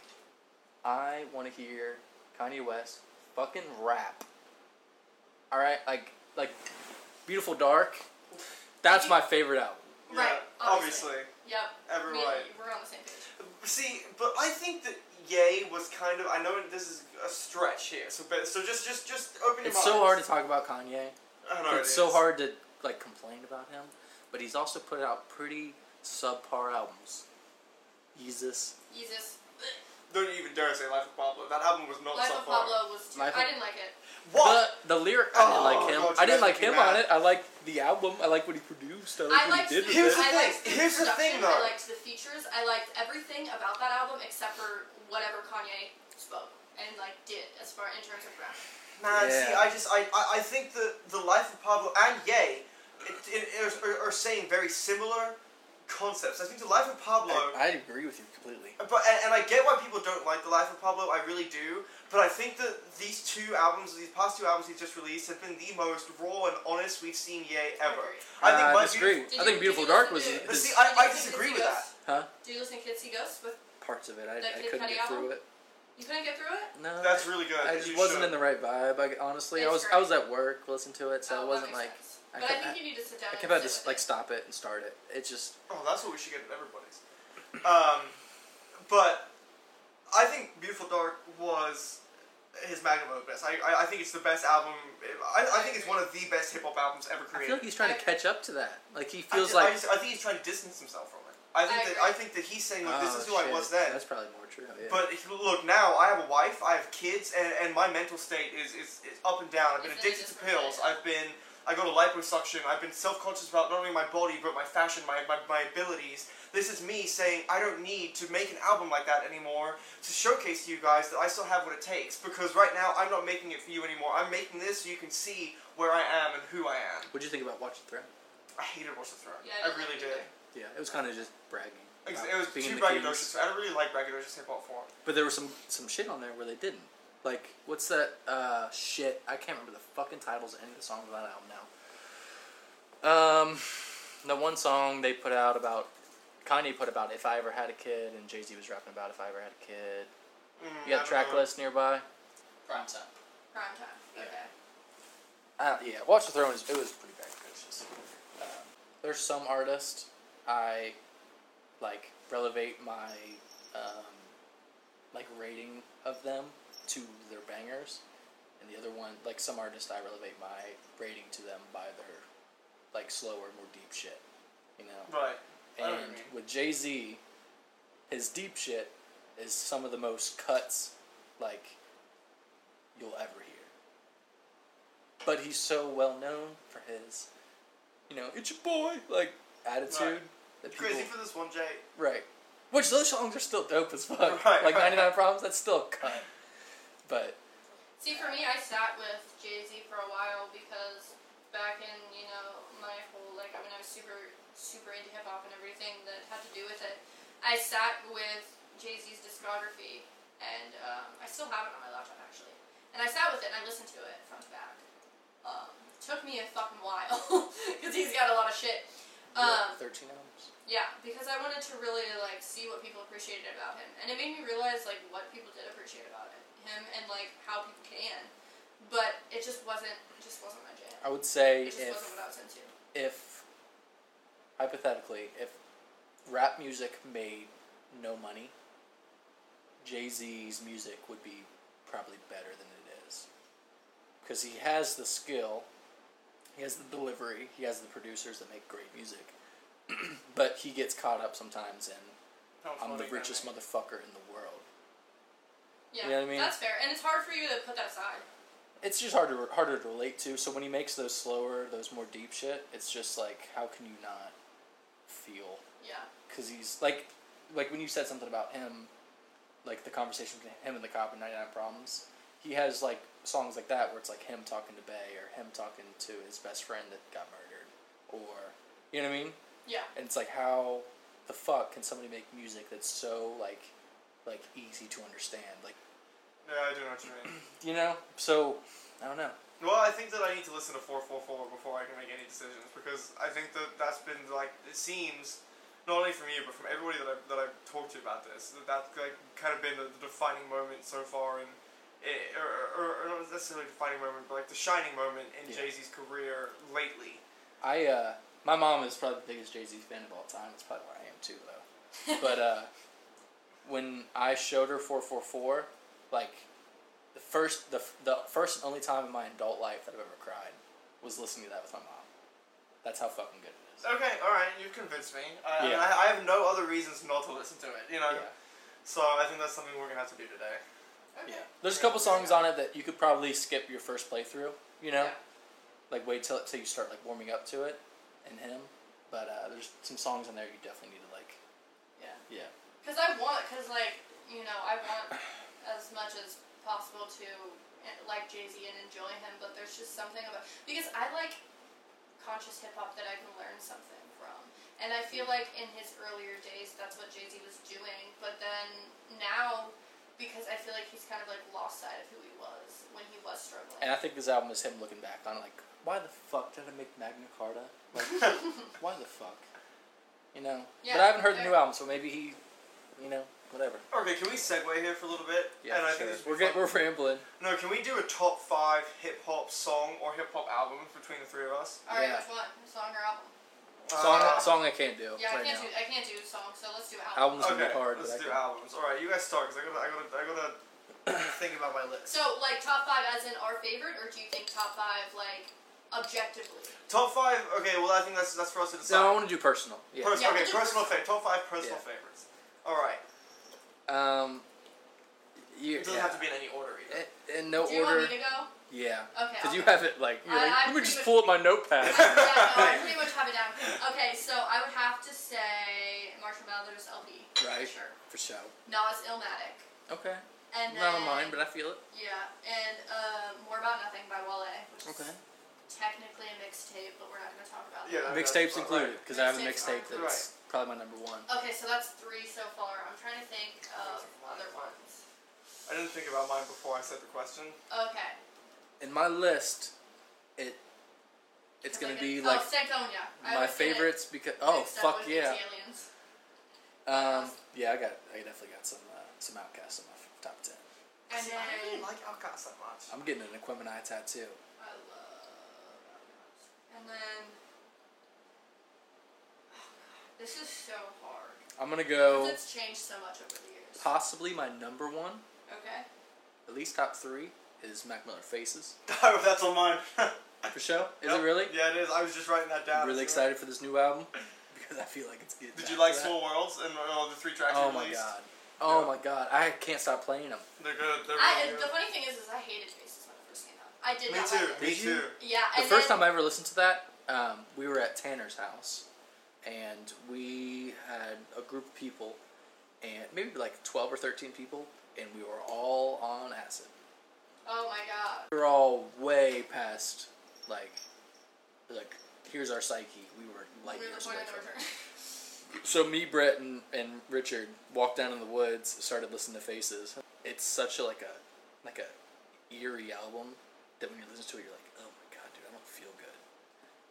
Speaker 2: I want to hear Kanye West fucking rap. All right, like like Beautiful Dark. That's my favorite album.
Speaker 1: Right,
Speaker 3: Yeah,
Speaker 1: obviously.
Speaker 3: obviously.
Speaker 1: Yep.
Speaker 3: Every
Speaker 1: Me and
Speaker 3: right.
Speaker 1: you, we're on the same page.
Speaker 3: See, but I think that Ye was kind of. I know this is a stretch here, so but, so just just just open your
Speaker 2: It's so hard
Speaker 3: minds.
Speaker 2: to talk about Kanye.
Speaker 3: I know it
Speaker 2: It's so
Speaker 3: is.
Speaker 2: hard to like complain about him, but he's also put out pretty subpar albums. Yeezus.
Speaker 1: Jesus.
Speaker 3: Don't even dare say Life of Pablo. That album was not
Speaker 1: Life of
Speaker 3: so far.
Speaker 1: Pablo was. Too,
Speaker 2: Life
Speaker 1: I
Speaker 2: of-
Speaker 1: didn't like it.
Speaker 3: What?
Speaker 2: The, the lyric I didn't
Speaker 3: Oh,
Speaker 2: like him.
Speaker 3: God, you
Speaker 2: I didn't
Speaker 3: guys
Speaker 2: like
Speaker 3: make me
Speaker 2: him on
Speaker 3: mad.
Speaker 2: it. I liked the album. I liked what he produced.
Speaker 1: I
Speaker 2: I liked what
Speaker 1: liked
Speaker 2: he did
Speaker 1: the,
Speaker 2: with
Speaker 3: Here's
Speaker 2: it.
Speaker 3: the
Speaker 1: I liked
Speaker 3: thing, here's the
Speaker 1: production,
Speaker 3: thing, though.
Speaker 1: I liked the features. I liked everything about that album except for whatever Kanye spoke and like did as far in terms of rap.
Speaker 3: Man, see,
Speaker 2: Yeah.
Speaker 3: I just I, I, I think the the Life of Pablo and Ye it, it, it- are, are saying very similar concepts. I think the Life of Pablo.
Speaker 2: I, I agree with you completely.
Speaker 3: But and, and I get why people don't like the Life of Pablo. I really do. But I think that these two albums, these past two albums he's just released, have been the most raw and honest we've seen Ye ever.
Speaker 1: Agreed.
Speaker 3: I think
Speaker 2: Uh,
Speaker 3: my
Speaker 2: disagree.
Speaker 1: Did you-
Speaker 3: beautiful-
Speaker 2: I think
Speaker 1: did
Speaker 2: Beautiful
Speaker 1: you
Speaker 2: Dark was
Speaker 1: listen to-
Speaker 3: But
Speaker 2: his-
Speaker 3: see, I,
Speaker 1: Did you listen
Speaker 3: I
Speaker 1: to
Speaker 3: disagree
Speaker 1: Kitsy
Speaker 3: with that.
Speaker 1: Ghost?
Speaker 2: huh?
Speaker 1: Do you listen to Kitsy Ghost? With
Speaker 2: Parts of it. I,
Speaker 1: That
Speaker 2: I
Speaker 1: Kid
Speaker 2: couldn't
Speaker 1: Cudi
Speaker 2: get through
Speaker 1: album?
Speaker 2: it.
Speaker 1: you couldn't get through it?
Speaker 2: No.
Speaker 3: That's really good.
Speaker 2: I
Speaker 3: You
Speaker 2: just wasn't
Speaker 3: should.
Speaker 2: in the right vibe. I, honestly,
Speaker 1: It's
Speaker 2: I was I
Speaker 1: great.
Speaker 2: was at work listening to it, so
Speaker 1: oh,
Speaker 2: I
Speaker 1: that
Speaker 2: wasn't
Speaker 1: makes
Speaker 2: like
Speaker 1: sense.
Speaker 2: I
Speaker 1: But I,
Speaker 2: kept-
Speaker 1: think you need to sit down. and
Speaker 2: I kept about
Speaker 1: sit
Speaker 2: just
Speaker 1: with
Speaker 2: like stop it and start it. It just
Speaker 3: Oh, that's what we should get at everybody's. Um, but I think Beautiful Dark was his magnum opus. I, I, I think it's the best album. I, I think it's one of the best hip hop albums ever
Speaker 2: I
Speaker 3: created.
Speaker 2: feel like he's trying to
Speaker 1: I-
Speaker 2: catch up to that. Like he
Speaker 3: I
Speaker 2: feels
Speaker 3: just-
Speaker 2: like
Speaker 3: I, just, I think he's trying to distance himself from it. I
Speaker 1: I
Speaker 3: think that
Speaker 1: agree.
Speaker 3: I think that he's saying, look, this
Speaker 2: "Oh,
Speaker 3: is who I
Speaker 2: shit,
Speaker 3: was then.
Speaker 2: That's probably more true. Yeah.
Speaker 3: But if you look now, I have a wife, I have kids, and, and my mental state is, is, is up and down. I've been
Speaker 1: It's
Speaker 3: addicted to
Speaker 1: just really
Speaker 3: pills. I've been I go to liposuction. I've been self conscious about not only my body but my fashion, my, my my abilities. This is me saying I don't need to make an album like that anymore to showcase to you guys that I still have what it takes. Because right now I'm not making it for you anymore. I'm making this so you can see where I am and who I am.
Speaker 2: what'd you think about watching Thread?
Speaker 3: I hated Watch the Throne.
Speaker 1: Yeah, I
Speaker 3: I
Speaker 1: didn't
Speaker 3: really
Speaker 1: like it
Speaker 3: did.
Speaker 1: either.
Speaker 2: Yeah, it was kind of just bragging.
Speaker 3: Ex-
Speaker 2: about
Speaker 3: It was
Speaker 2: being
Speaker 3: too
Speaker 2: the
Speaker 3: braggadocious.
Speaker 2: Kings.
Speaker 3: I don't really like braggadocious hip hop form.
Speaker 2: But there was some some shit on there where they didn't. Like what's that uh, shit? I can't remember the fucking titles of any of the songs on that album now. Um, the one song they put out about Kanye put about if I ever had a kid, and Jay Z was rapping about if I ever had a kid.
Speaker 3: Mm,
Speaker 2: You
Speaker 3: I
Speaker 2: got a
Speaker 3: don't
Speaker 2: track
Speaker 3: know.
Speaker 2: list nearby?
Speaker 4: Prime time.
Speaker 1: Prime time. Okay.
Speaker 2: Uh, yeah, Watch the Throne is it was pretty braggadocious. Um, there's some artists I like relevate my um, like rating of them to their bangers, and the other one like some artists I relevate my rating to them by their like slower, more deep shit, you know.
Speaker 3: Right. I know what you
Speaker 2: And
Speaker 3: mean.
Speaker 2: with Jay Z, his deep shit is some of the most cuts like you'll ever hear. But he's so well known for his, you know, it's your boy like attitude
Speaker 3: Right.
Speaker 2: that people
Speaker 3: Crazy for this one, Jay.
Speaker 2: right. Which those songs are still dope as fuck.
Speaker 3: Right,
Speaker 2: like
Speaker 3: right.
Speaker 2: 99 Problems, that's still a cut. But
Speaker 1: See, for me, I sat with Jay Z for a while because back in you know my whole like I mean I was super super into hip hop and everything that had to do with it. I sat with Jay Z's discography, and um, I still have it on my laptop actually. And I sat with it and I listened to it front to back. Um, took me a fucking while because he's got a lot of shit. Um,
Speaker 2: 13 albums.
Speaker 1: yeah, because I wanted to really like see what people appreciated about him, and it made me realize like what people did appreciate about it, him, and like how people can. But it just wasn't, it just wasn't my jam.
Speaker 2: I would say
Speaker 1: It just wasn't
Speaker 2: if
Speaker 1: what I was into.
Speaker 2: if hypothetically if rap music made no money, Jay Z's music would be probably better than it is because he has the skill, he has the delivery, he has the producers that make great music, but he gets caught up sometimes in
Speaker 3: That was
Speaker 2: I'm the
Speaker 3: funny,
Speaker 2: richest
Speaker 3: kinda.
Speaker 2: motherfucker in the world.
Speaker 1: Yeah,
Speaker 2: know what I mean?
Speaker 1: that's fair, and it's hard for you to put that aside.
Speaker 2: It's just harder harder to relate to. So when he makes those slower, those more deep shit, it's just like how can you not feel
Speaker 1: Yeah,
Speaker 2: because he's like, like when you said something about him, like the conversation between him and the cop in Ninety Nine Problems, he has like songs like that where it's like him talking to Bay or him talking to his best friend that got murdered, or you know what I mean?
Speaker 1: yeah,
Speaker 2: And it's like how the fuck can somebody make music that's so like, like easy to understand? Like
Speaker 3: Yeah, I do know what you mean.
Speaker 2: you know? So I don't know.
Speaker 3: Well, I think that I need to listen to 444 before I can make any decisions because I think that that's been like it seems not only from you but from everybody that I've, that I've talked to about this that that's like kind of been the, the defining moment so far and it, or, or, or not necessarily defining moment but like the shining moment in Jay
Speaker 2: Yeah.
Speaker 3: Z's career lately.
Speaker 2: I uh, my mom is probably the biggest Jay Z fan of all time. It's probably why I am too though. but uh, when I showed her four four four, like the first the the first and only time in my adult life that I've ever cried was listening to that with my mom. That's how fucking good it is.
Speaker 3: Okay, all right, you've convinced me. I,
Speaker 2: Yeah.
Speaker 3: I, I have no other reasons not to listen to it. You know,
Speaker 2: Yeah,
Speaker 3: so I think that's something we're gonna have to do today.
Speaker 1: okay.
Speaker 2: yeah. There's a couple songs on it that you could probably skip your first playthrough. You know,
Speaker 1: Yeah.
Speaker 2: like wait till till you start like warming up to it and him. But uh, there's some songs on there you definitely need to like.
Speaker 1: Yeah.
Speaker 2: Yeah.
Speaker 1: Because I want, because like you know, I want as much as possible to eh, like Jay Z and enjoy him, but there's just something about because I like conscious hip hop that I can learn something from, and I feel like in his earlier days that's what Jay Z was doing, but then now because I feel like he's kind of like lost sight of who he was when he was struggling.
Speaker 2: And I think this album is him looking back on it, like, why the fuck did I make Magna Carta? Like, why the fuck? You know.
Speaker 1: Yeah,
Speaker 2: but I haven't heard the
Speaker 1: fair.
Speaker 2: new album, so maybe he, you know, whatever.
Speaker 3: Okay, can we segue here for a little bit? and I think this
Speaker 2: we're get,
Speaker 3: fun.
Speaker 2: we're rambling.
Speaker 3: No, can we do a top five hip hop song or hip hop album between the three of us?
Speaker 1: All right,
Speaker 2: yeah.
Speaker 1: which one? Song or album?
Speaker 2: Song
Speaker 3: Uh,
Speaker 2: song I can't do
Speaker 1: Yeah, I
Speaker 2: right
Speaker 1: can't do
Speaker 2: now.
Speaker 1: I can't do song, so let's do album.
Speaker 2: Albums gonna
Speaker 3: Okay,
Speaker 2: be hard.
Speaker 3: let's
Speaker 2: but I
Speaker 3: do
Speaker 2: can-
Speaker 3: albums. All right, you guys start because I gotta, I gotta, I gotta think about my list.
Speaker 1: So, like, top five as in our favorite, or do you think top five, like, objectively?
Speaker 3: Top five. Okay, well I think that's that's for us to decide.
Speaker 2: No, I want to do personal. Yeah.
Speaker 3: Pers-
Speaker 1: Yeah,
Speaker 3: okay,
Speaker 1: we'll do
Speaker 3: personal
Speaker 1: personal.
Speaker 3: favorite. Top five personal
Speaker 2: Yeah.
Speaker 3: favorites. All right.
Speaker 2: um. You,
Speaker 3: It doesn't
Speaker 2: yeah.
Speaker 3: have to be in any order either.
Speaker 2: In- in no
Speaker 1: do you
Speaker 2: order.
Speaker 1: want me to go?
Speaker 2: Yeah.
Speaker 1: Okay.
Speaker 2: Because you
Speaker 1: okay.
Speaker 2: have it like. You're
Speaker 1: I- I
Speaker 2: like, let me
Speaker 1: pretty much-
Speaker 2: just pull up my notepad.
Speaker 1: I, yeah, no, I pretty much have it down. Okay, so I would have to say Marshall Mathers LP.
Speaker 2: Right.
Speaker 1: Sure.
Speaker 2: For show.
Speaker 1: Nas Illmatic.
Speaker 2: Okay.
Speaker 1: And then,
Speaker 2: Not on mine, but I feel it.
Speaker 1: yeah, and uh, More About Nothing by Wale. Which is
Speaker 2: Okay.
Speaker 1: Technically a mixtape, but we're not going to talk about
Speaker 3: Yeah.
Speaker 1: that.
Speaker 2: Mixtapes
Speaker 3: Right.
Speaker 2: included, because I have a
Speaker 1: Mixtapes
Speaker 2: mixtape
Speaker 1: are-
Speaker 2: that's probably my number one.
Speaker 1: Okay, so that's three so far. I'm trying to think of other ones.
Speaker 3: I didn't think about mine before I said the question.
Speaker 1: Okay.
Speaker 2: In my list, it it's gonna
Speaker 1: Like,
Speaker 2: be
Speaker 1: oh,
Speaker 2: like
Speaker 1: Stankonia. I
Speaker 2: my
Speaker 1: always get it
Speaker 2: favorites because oh
Speaker 1: mixed up
Speaker 2: fuck
Speaker 1: with
Speaker 2: yeah,
Speaker 1: These aliens.
Speaker 2: um, yeah I got I definitely got some uh, some Outcasts in my f- top ten.
Speaker 1: And
Speaker 3: See,
Speaker 1: then
Speaker 3: I really like Outcast that much.
Speaker 2: I'm getting an Equemini tattoo.
Speaker 1: I love. And then. This is so hard.
Speaker 2: I'm gonna
Speaker 1: 'Cause
Speaker 2: go
Speaker 1: It's changed so much over the years.
Speaker 2: possibly my number one,
Speaker 1: Okay.
Speaker 2: at least top three is Mac Miller Faces
Speaker 3: Oh, that's on mine.
Speaker 2: for show. Is
Speaker 3: Yep.
Speaker 2: it really?
Speaker 3: Yeah, it is. I was just writing that down.
Speaker 2: I'm really
Speaker 3: It's really-
Speaker 2: excited for this new album because I feel like it's good.
Speaker 3: Did you like
Speaker 2: Small?
Speaker 3: Small Worlds and uh, all the three tracks
Speaker 2: Oh
Speaker 3: you
Speaker 2: my
Speaker 3: released?
Speaker 2: god, Oh
Speaker 3: Yeah.
Speaker 2: my god, I can't stop playing them.
Speaker 3: They're good. They're
Speaker 1: I,
Speaker 3: really
Speaker 1: the
Speaker 3: good.
Speaker 1: funny thing is, is I hated Faces when it first came out. I did
Speaker 3: Me
Speaker 1: not
Speaker 3: too.
Speaker 1: like it.
Speaker 3: Me
Speaker 2: Did you?
Speaker 3: too.
Speaker 1: Yeah,
Speaker 2: The
Speaker 1: and
Speaker 2: first
Speaker 1: then,
Speaker 2: time I ever listened to that, um, we were at Tanner's house, and we had a group of people, and maybe like twelve or thirteen people, and we were all on acid.
Speaker 1: Oh my god.
Speaker 2: We were all way past, like, like here's our psyche. We were light
Speaker 1: We were
Speaker 2: years
Speaker 1: the point
Speaker 2: away
Speaker 1: of no
Speaker 2: from
Speaker 1: return.
Speaker 2: it. So me, Brett, and, and Richard walked down in the woods, started listening to Faces. It's such a like a like a eerie album that when you listen to it, you're like, oh my god, dude, I don't feel good.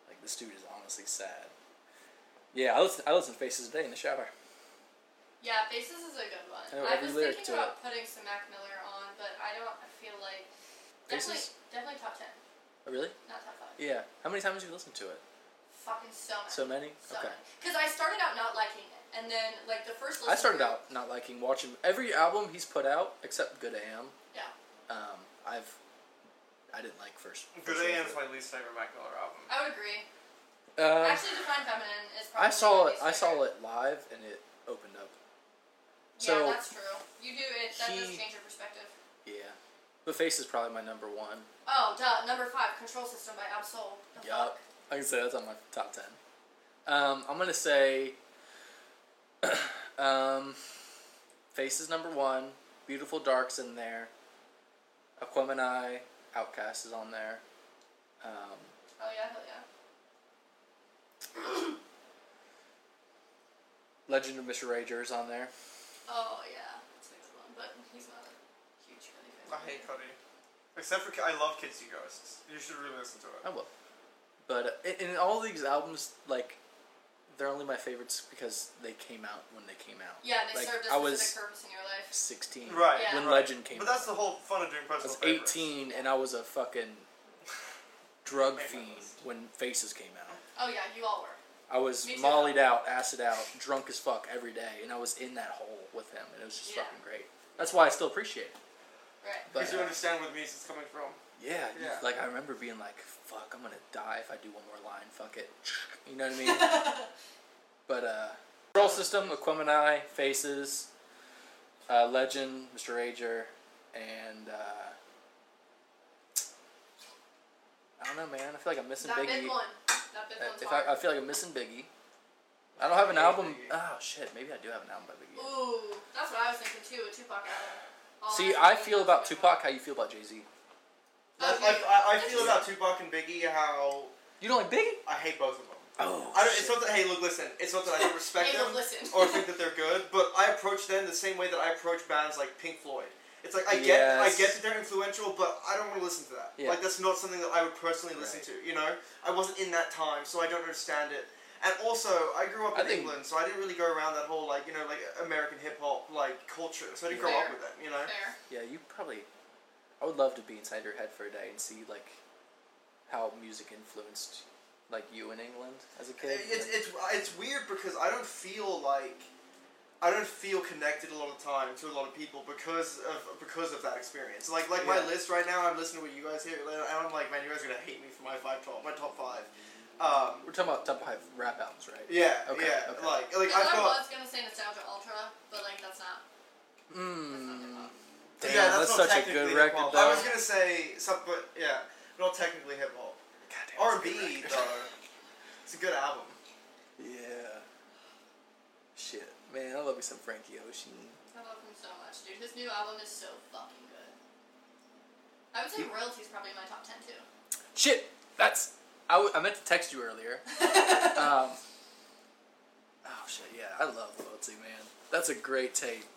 Speaker 2: Like this dude is honestly sad. Yeah, I listen I listen to Faces today in the shower.
Speaker 1: Yeah, Faces is a good one.
Speaker 2: I know
Speaker 1: I
Speaker 2: every
Speaker 1: was
Speaker 2: lyric
Speaker 1: thinking
Speaker 2: to
Speaker 1: about putting some Mac Miller on, but I don't I feel like definitely
Speaker 2: Faces?
Speaker 1: definitely top ten,
Speaker 2: Oh, really?
Speaker 1: not top five.
Speaker 2: Yeah. How many times have you listened to it?
Speaker 1: Fucking so much.
Speaker 2: So many. Okay.
Speaker 1: Because I started out not liking it, and then like the first. Listen
Speaker 2: I started out not liking watching every album he's put out except Good AM.
Speaker 1: Yeah.
Speaker 2: Um, I've I didn't like first.
Speaker 3: Good
Speaker 2: first
Speaker 3: AM is my
Speaker 2: Record.
Speaker 3: least favorite Mac Miller album.
Speaker 1: I would agree.
Speaker 2: Um,
Speaker 1: Actually, Define Feminine is probably.
Speaker 2: I saw
Speaker 1: my
Speaker 2: it.
Speaker 1: least
Speaker 2: I saw
Speaker 1: favorite.
Speaker 2: it live, and it opened up.
Speaker 1: yeah,
Speaker 2: So-
Speaker 1: that's true. You do it. That does
Speaker 2: He-
Speaker 1: change your perspective.
Speaker 2: Yeah, but Face is probably my number one.
Speaker 1: Oh, duh. Number five, Control System by Absol. The
Speaker 2: Yup.
Speaker 1: fuck.
Speaker 2: I can say that's on my top ten. Um, I'm gonna say, um, Face is number one. Beautiful Dark's in there. Aquemini, Outcast is on there. Um,
Speaker 1: Oh yeah, hell yeah.
Speaker 2: Legend of Mr. Rager is on there.
Speaker 1: Oh yeah, that's a good one. But he's not a huge Cuddy fan.
Speaker 3: I hate Cuddy. Except for I love Kids You Ghosts. You should really listen to it.
Speaker 2: I will. But uh, in, in all these albums, like, they're only my favorites because they came out when they came out.
Speaker 1: Yeah, they
Speaker 2: Like,
Speaker 1: served a
Speaker 2: I
Speaker 1: specific
Speaker 2: was-
Speaker 1: purpose in your life.
Speaker 2: 16.
Speaker 3: Right.
Speaker 1: Yeah.
Speaker 2: When
Speaker 3: right.
Speaker 2: Legend came
Speaker 3: But
Speaker 2: out.
Speaker 3: that's the whole fun of doing
Speaker 2: I
Speaker 3: personal
Speaker 2: was
Speaker 3: favorites.
Speaker 2: 18 and I was a fucking drug
Speaker 3: Made my
Speaker 2: fiend
Speaker 3: list.
Speaker 2: when Faces came out.
Speaker 1: Oh yeah, you all were.
Speaker 2: I was
Speaker 1: Me too.
Speaker 2: mollied out, acid out, drunk as fuck every day, and I was in that hole with him, and it was just
Speaker 1: Yeah.
Speaker 2: fucking great. That's why I still appreciate it.
Speaker 1: Right.
Speaker 2: But
Speaker 3: Because you
Speaker 2: uh,
Speaker 3: understand where the music's coming from.
Speaker 2: yeah, you-
Speaker 3: Yeah.
Speaker 2: like I remember being like, "Fuck, I'm gonna die if I do one more line." Fuck it, you know what I mean? but uh, Control System, Aquemini, Faces, uh, Legend, Mr. Rager, and uh, I don't know, man. I feel like I'm missing
Speaker 1: That
Speaker 2: Biggie.
Speaker 1: big one. That big
Speaker 2: Uh,
Speaker 1: one's
Speaker 2: If
Speaker 1: hard.
Speaker 2: I, I feel like I'm missing Biggie. I don't have an
Speaker 3: I hate
Speaker 2: album.
Speaker 3: Biggie.
Speaker 2: Oh shit, maybe I do have an album by Biggie.
Speaker 1: Ooh, that's what I was thinking too. A Tupac album. Oh,
Speaker 2: See,
Speaker 1: that's
Speaker 2: I
Speaker 1: really
Speaker 2: feel
Speaker 1: good.
Speaker 2: about Tupac how you feel about Jay Z.
Speaker 3: Like,
Speaker 1: Okay.
Speaker 3: I, I, I feel about Tupac and Biggie how
Speaker 2: You don't like Biggie?
Speaker 3: I hate both of them.
Speaker 2: Oh,
Speaker 3: I don't, it's not that, hey, look, listen, it's not that I don't respect
Speaker 1: Hey,
Speaker 3: them
Speaker 1: look, listen.
Speaker 3: or think that they're good, but I approach them the same way that I approach bands like Pink Floyd. It's like I get,
Speaker 2: Yes.
Speaker 3: I get that they're influential, but I don't want to listen to that.
Speaker 2: Yeah.
Speaker 3: Like that's not something that I would personally listen to. You know, I wasn't in that time, so I don't understand it. And also, I grew up
Speaker 2: I
Speaker 3: in
Speaker 2: think-
Speaker 3: England, so I didn't really go around that whole like you know like American hip hop like culture. So I didn't grow
Speaker 1: Fair.
Speaker 3: up with it. You know,
Speaker 1: Fair.
Speaker 2: Yeah, you probably. I would love to be inside your head for a day and see like how music influenced like you in England as a kid.
Speaker 3: it's it's it's weird because I don't feel like. I don't feel connected a lot of time to a lot of people because of because of that experience. Like like my
Speaker 2: Yeah.
Speaker 3: list right now, I'm listening to what you guys hear, and I'm like, man, you guys are gonna hate me for my five top my top five. Um,
Speaker 2: We're talking about top five rap albums, right?
Speaker 3: yeah,
Speaker 2: Okay,
Speaker 3: yeah,
Speaker 2: okay.
Speaker 3: like like
Speaker 1: Because I
Speaker 3: I've got
Speaker 1: was gonna say Nostalgia Ultra, but like that's not. That's not hip
Speaker 2: Mmm.
Speaker 1: hop.
Speaker 2: Damn,
Speaker 3: yeah,
Speaker 2: that's,
Speaker 3: not
Speaker 2: such a
Speaker 3: technically
Speaker 2: good record,
Speaker 3: hip-hop.
Speaker 2: though.
Speaker 3: I was gonna say something, but yeah, not technically hip hop. R
Speaker 2: God
Speaker 3: and B
Speaker 2: damn, that's a good
Speaker 3: though,
Speaker 2: record.
Speaker 3: it's a good album.
Speaker 2: Yeah. Shit, man, I love me some Frankie Ocean.
Speaker 1: I love him so much, dude. His new album is so fucking good. I would say Royalty's probably in my top ten too.
Speaker 2: Shit, that's. I, w- I meant to text you earlier. um, oh shit, yeah, I love Loyalty, man. That's a great tape.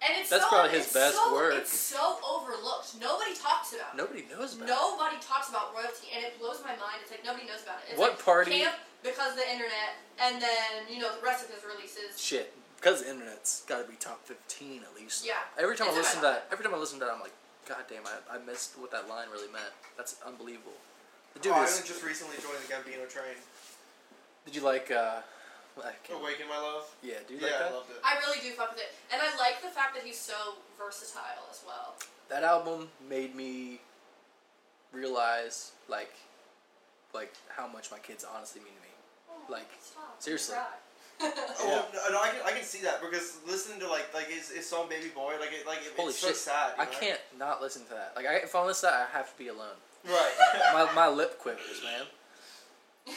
Speaker 1: And it's
Speaker 2: That's
Speaker 1: so,
Speaker 2: probably his
Speaker 1: it's
Speaker 2: best
Speaker 1: so,
Speaker 2: work.
Speaker 1: It's so overlooked. Nobody talks about. it.
Speaker 2: Nobody knows about. it.
Speaker 1: Nobody talks about royalty, and it blows my mind. It's like nobody knows about it. It's
Speaker 2: What
Speaker 1: like
Speaker 2: party-
Speaker 1: Camp because of the internet, and then you know the rest of his releases.
Speaker 2: Shit, because the internet's got to be top fifteen at least.
Speaker 1: Yeah.
Speaker 2: Every time
Speaker 1: It's
Speaker 2: I listen to
Speaker 1: about-
Speaker 2: that, every time I listen to that, I'm like, God damn, I, I missed what that line really meant. That's unbelievable. The dude
Speaker 3: oh, I
Speaker 2: is.
Speaker 3: only just recently joined the Gambino train.
Speaker 2: Did you like? Uh, I can't-
Speaker 3: Awaken my love.
Speaker 2: yeah. Do you
Speaker 3: Yeah,
Speaker 2: like
Speaker 3: I
Speaker 2: that?
Speaker 3: loved it.
Speaker 1: I really do fuck with it, and I like the fact that he's so versatile as well.
Speaker 2: that album made me realize like, like how much my kids honestly mean to me. Like,
Speaker 1: Stop.
Speaker 2: seriously.
Speaker 1: Cry.
Speaker 3: Oh, well, no, no, I can I can see that because listening to like like his, his song Baby Boy like it like it,
Speaker 2: Holy
Speaker 3: it's so
Speaker 2: shit.
Speaker 3: sad. you
Speaker 2: I
Speaker 3: know?
Speaker 2: can't not listen to that. Like, I, if I listen to that, I have to be alone.
Speaker 3: Right.
Speaker 2: My, my lip quivers, man.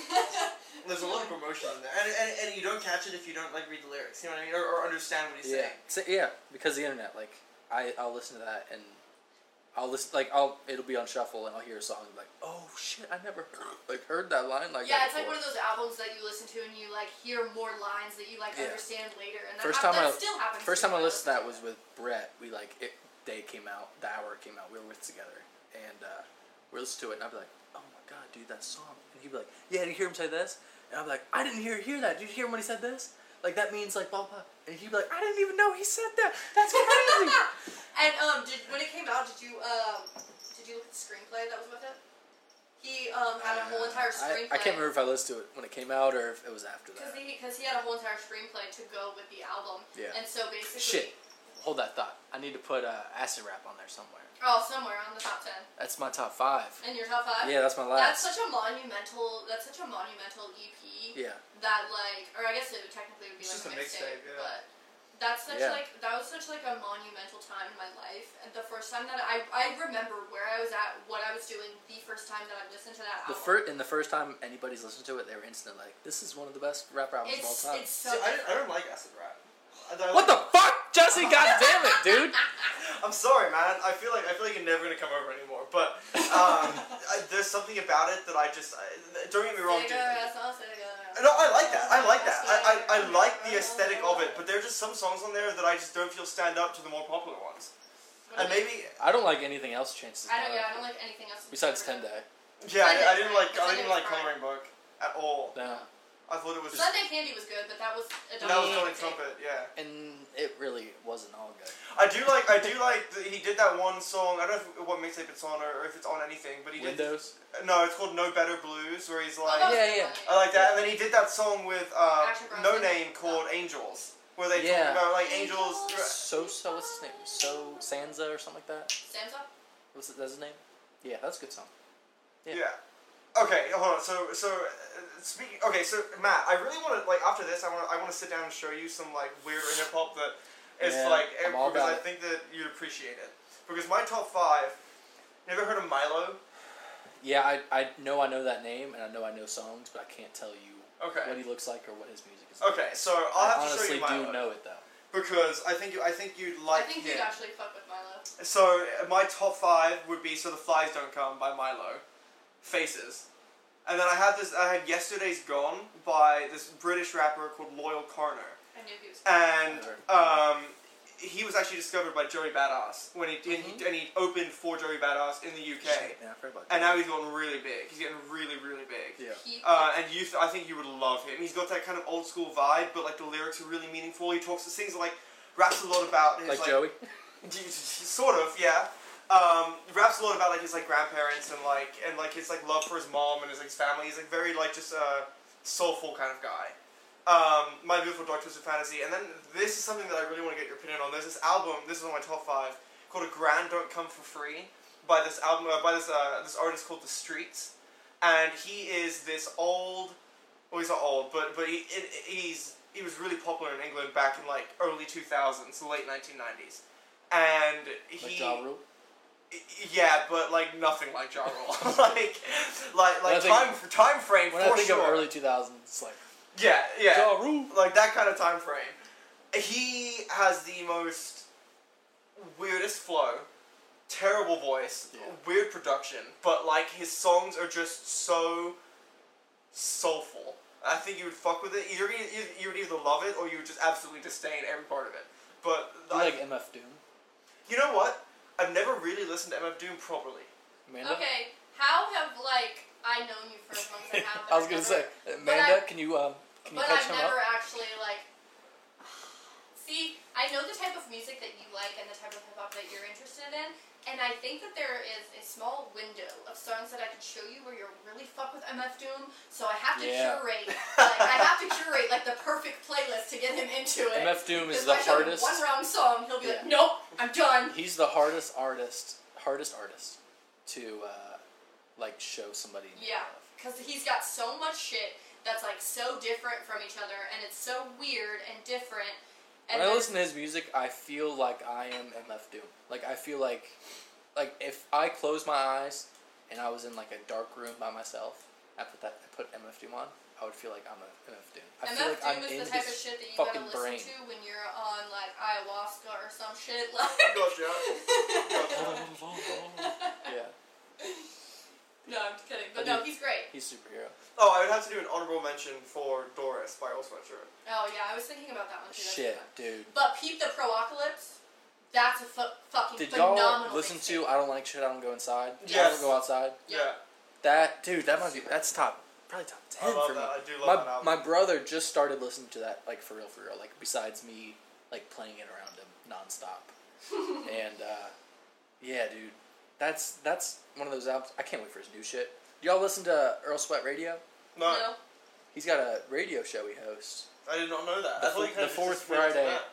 Speaker 3: There's a lot of promotion in there, and, and, and you don't catch it if you don't like read the lyrics. You know what I mean, or, or understand what he's
Speaker 2: Yeah.
Speaker 3: saying.
Speaker 2: So, yeah, because the internet. Like, I I'll listen to that and I'll listen. Like, I'll it'll be on shuffle and I'll hear a song and be like, oh shit, I never heard, like heard that line like
Speaker 1: yeah,
Speaker 2: that
Speaker 1: it's like
Speaker 2: before."
Speaker 1: one of those albums that you listen to and you like hear more lines that you like
Speaker 2: Yeah.
Speaker 1: understand later, and that,
Speaker 2: First
Speaker 1: hap-
Speaker 2: time
Speaker 1: that
Speaker 2: I-
Speaker 1: still happens.
Speaker 2: First
Speaker 1: to me
Speaker 2: time I
Speaker 1: when
Speaker 2: listened to that
Speaker 1: listen
Speaker 2: was with Brett. We like it. They came out. The hour it came out. We were with together, and uh, we listened to it, and I'd be like, "Oh my god, dude, that song!" And he'd be like, "Yeah, did you hear him say this?" And I'd be like, "I didn't hear hear that. Did you hear him when he said this? Like that means like blah blah." And he'd be like, "I didn't even know he said that. That's crazy."
Speaker 1: and um, did, when it came out, did you um, did you look at the screenplay that was with it? He um had a whole entire
Speaker 2: Uh, I,
Speaker 1: screenplay.
Speaker 2: I can't remember if I listened to it when it came out or if it was after
Speaker 1: Because
Speaker 2: that.
Speaker 1: he, 'cause he had a whole entire screenplay to go with the album.
Speaker 2: Yeah.
Speaker 1: And so basically.
Speaker 2: Shit, hold that thought. I need to put uh, acid rap on there somewhere.
Speaker 1: Oh, somewhere on the top ten.
Speaker 2: That's my top five.
Speaker 1: In your top five?
Speaker 2: Yeah, that's my
Speaker 1: That's
Speaker 2: last.
Speaker 1: such a monumental. That's such a monumental EP.
Speaker 2: yeah.
Speaker 1: That like, or I guess it would technically would be
Speaker 3: It's just
Speaker 1: like
Speaker 3: a mixtape, yeah.
Speaker 1: but that's such
Speaker 2: Yeah.
Speaker 1: like that was such like a monumental time in my life. And the first time that I I remember where I was at, what I was doing, the first time that I listened to that
Speaker 2: The
Speaker 1: album.
Speaker 2: first and the first time anybody's listened to it, they were instantly like, "This is one of the best rap albums
Speaker 1: It's
Speaker 2: of all time."
Speaker 1: it's
Speaker 3: See,
Speaker 1: so.
Speaker 3: I, don't- I don't like acid rap. I don't-
Speaker 2: What the fuck, Jesse? God damn it, dude!
Speaker 3: I'm sorry, man. I feel like I feel like you're never gonna come over anymore. But um, I, there's something about it that I just I, don't get me wrong, dude. No, I like that. I like that. I, I, I like the aesthetic of it, but there are just some songs on there that I just don't feel stand up to the more popular ones. And maybe,
Speaker 2: I don't like anything else. Chances.
Speaker 1: I don't.
Speaker 2: Done.
Speaker 1: Yeah, I don't like anything else.
Speaker 2: Besides Ten Day.
Speaker 3: yeah, I, I didn't like I
Speaker 1: Sunday
Speaker 3: didn't like
Speaker 1: Friday.
Speaker 3: Coloring Book at all.
Speaker 2: No.
Speaker 3: I thought it was just,
Speaker 1: Sunday Candy was good, but that was a
Speaker 3: that was
Speaker 1: Donald
Speaker 3: Tony
Speaker 1: Trump
Speaker 3: Trumpet. Yeah,
Speaker 2: And it really wasn't all good.
Speaker 3: I do like I do like that he did that one song. I don't know if, what mixtape it's on or, or if it's on anything, but he
Speaker 2: Windows.
Speaker 3: did. No, it's called No Better Blues, where he's like.
Speaker 1: Oh, that was good
Speaker 2: Yeah, yeah.
Speaker 1: one.
Speaker 3: I like that. And then he did that song with uh,
Speaker 1: Action Oh. Bronson.
Speaker 3: No Name called Angels, where they
Speaker 2: Yeah.
Speaker 3: talk about like angels.
Speaker 2: So so what's his name? So Sansa or something like that.
Speaker 1: Sam's up?
Speaker 2: What's his- that's his name? Yeah, that's a good song. Yeah.
Speaker 3: Yeah. Okay, hold on. So so uh, speaking. Okay, so Matt, I really want to like after this, I want to I want to sit down and show you some like weird hip hop that is
Speaker 2: Yeah,
Speaker 3: like
Speaker 2: I'm all
Speaker 3: because I
Speaker 2: about it.
Speaker 3: think that you'd appreciate it. Because my top five. Never heard of Milo?
Speaker 2: Yeah, I, I know I know that name and I know I know songs, but I can't tell you what
Speaker 3: Okay.
Speaker 2: he looks like or what his music is.
Speaker 3: Okay, so I'll
Speaker 2: I
Speaker 3: have to show
Speaker 2: honestly
Speaker 3: you Milo
Speaker 2: do know it though.
Speaker 3: because I think you, I think you'd like
Speaker 1: I think
Speaker 3: him.
Speaker 1: you'd actually fuck with Milo.
Speaker 3: So uh, my top five would be "So the Flies Don't Come" by Milo, Faces, and then I had this. I had "Yesterday's Gone" by this British rapper called Loyal Corner,
Speaker 1: I knew he was.
Speaker 3: and um, he was actually discovered by Joey Badass when he and, he
Speaker 2: Mhm.
Speaker 3: and he opened for Joey Badass in the UK,
Speaker 2: Shit, man, I forgot about
Speaker 3: and now
Speaker 2: that.
Speaker 3: he's gotten really big. He's getting really, really big.
Speaker 2: Yeah.
Speaker 1: He,
Speaker 3: Uh, and you, th- I think you would love him. He's got that kind of old school vibe, but like the lyrics are really meaningful. He talks, sings like, raps a lot about his
Speaker 2: Like, Joey.
Speaker 3: sort of, yeah. Um, raps a lot about like his like grandparents and like and like his like love for his mom and his like family. He's like very like just a soulful kind of guy. Um, my beautiful dark twisted fantasy, and then this is something that I really want to get your opinion on. There's this album. This is one of my top five called "A Grand Don't Come for Free" by this album uh, by this uh, this artist called The Streets, and he is this old. Well, he's not old, but but he it, he's he was really popular in England back in like early two thousands, late nineteen nineties, and he
Speaker 2: Like Ja Rule.
Speaker 3: yeah, but like nothing like Ja Rule. like like
Speaker 2: When I
Speaker 3: like
Speaker 2: think-
Speaker 3: time time frame
Speaker 2: When
Speaker 3: for
Speaker 2: I think
Speaker 3: sure.
Speaker 2: of early 2000s, it's like
Speaker 3: yeah, yeah.
Speaker 2: Ja Rule.
Speaker 3: like that kind of time frame. He has the most weirdest flow, terrible voice,
Speaker 2: Yeah.
Speaker 3: weird production, but like his songs are just so soulful. I think you would fuck with it. You're gonna, you, you would either love it or you would just absolutely disdain every part of it. But
Speaker 2: You
Speaker 3: I-
Speaker 2: like MF Doom?
Speaker 3: you know what? I've never really listened to MF Doom properly.
Speaker 2: Amanda?
Speaker 1: okay, how have like I known you for as long as I have? but
Speaker 2: I was
Speaker 1: I've
Speaker 2: gonna say,
Speaker 1: never-
Speaker 2: Amanda, can you um, can you
Speaker 1: but
Speaker 2: catch
Speaker 1: I've
Speaker 2: him
Speaker 1: never
Speaker 2: up?
Speaker 1: actually like. See, I know the type of music that you like and the type of hip hop that you're interested in, and I think that there is a small window of songs that I can show you where you're really fuck with MF Doom. So I have to
Speaker 2: Yeah.
Speaker 1: curate, like, I have to curate like the perfect playlist to get him into it.
Speaker 2: MF Doom is
Speaker 1: Because if I
Speaker 2: the
Speaker 1: show him
Speaker 2: hardest.
Speaker 1: One wrong song, he'll be like,
Speaker 2: Yeah.
Speaker 1: "Nope, I'm done."
Speaker 2: He's the hardest artist, hardest artist to uh, like show somebody.
Speaker 1: Yeah, because he's got so much shit that's like so different from each other, and it's so weird and different. And
Speaker 2: When
Speaker 1: then-
Speaker 2: I listen to his music, I feel like I am in Left Field. Like I feel like, like if I close my eyes and I was in like a dark room by myself, I put that I put MF Doom on, I would feel like I'm a MF Doom. I
Speaker 1: MF
Speaker 2: feel like
Speaker 1: Doom
Speaker 2: I'm
Speaker 1: is
Speaker 2: in
Speaker 1: the type of
Speaker 2: this
Speaker 1: shit that you
Speaker 2: fucking
Speaker 1: gotta listen
Speaker 2: brain.
Speaker 1: to when you're on like ayahuasca or some shit. Like.
Speaker 3: Gotcha. Gotcha.
Speaker 2: yeah,
Speaker 1: no, I'm just kidding. But
Speaker 2: I
Speaker 1: no,
Speaker 2: do-
Speaker 1: he's great.
Speaker 2: he's superhero.
Speaker 3: Oh, I would have to do an honorable mention for Doris by Old Sweatshirt.
Speaker 1: Oh yeah, I was thinking about that one too. that's a
Speaker 2: Shit,
Speaker 1: good one.
Speaker 2: dude.
Speaker 1: But peep the Proocalypse. That's a fu- fucking
Speaker 2: Did
Speaker 1: phenomenal.
Speaker 2: y'all listen
Speaker 1: mixtape.
Speaker 2: to I don't like shit? I don't go inside. I
Speaker 3: Yes.
Speaker 2: don't go outside.
Speaker 1: Yeah.
Speaker 2: That dude, that might be that's top probably top
Speaker 3: I
Speaker 2: ten
Speaker 3: love
Speaker 2: for
Speaker 3: that.
Speaker 2: me.
Speaker 3: I do love that album.
Speaker 2: my, my brother just started listening to that like for real for real like besides me like playing it around him nonstop and uh, yeah dude that's that's one of those albums I can't wait for his new shit Do y'all listen to Earl Sweat Radio
Speaker 3: No,
Speaker 1: No.
Speaker 2: he's got a radio show he hosts
Speaker 3: I did not know that.
Speaker 2: The
Speaker 3: I thought you
Speaker 2: fo-
Speaker 3: kinda
Speaker 2: the
Speaker 3: just
Speaker 2: fourth
Speaker 3: explained it to
Speaker 2: Friday.
Speaker 3: that.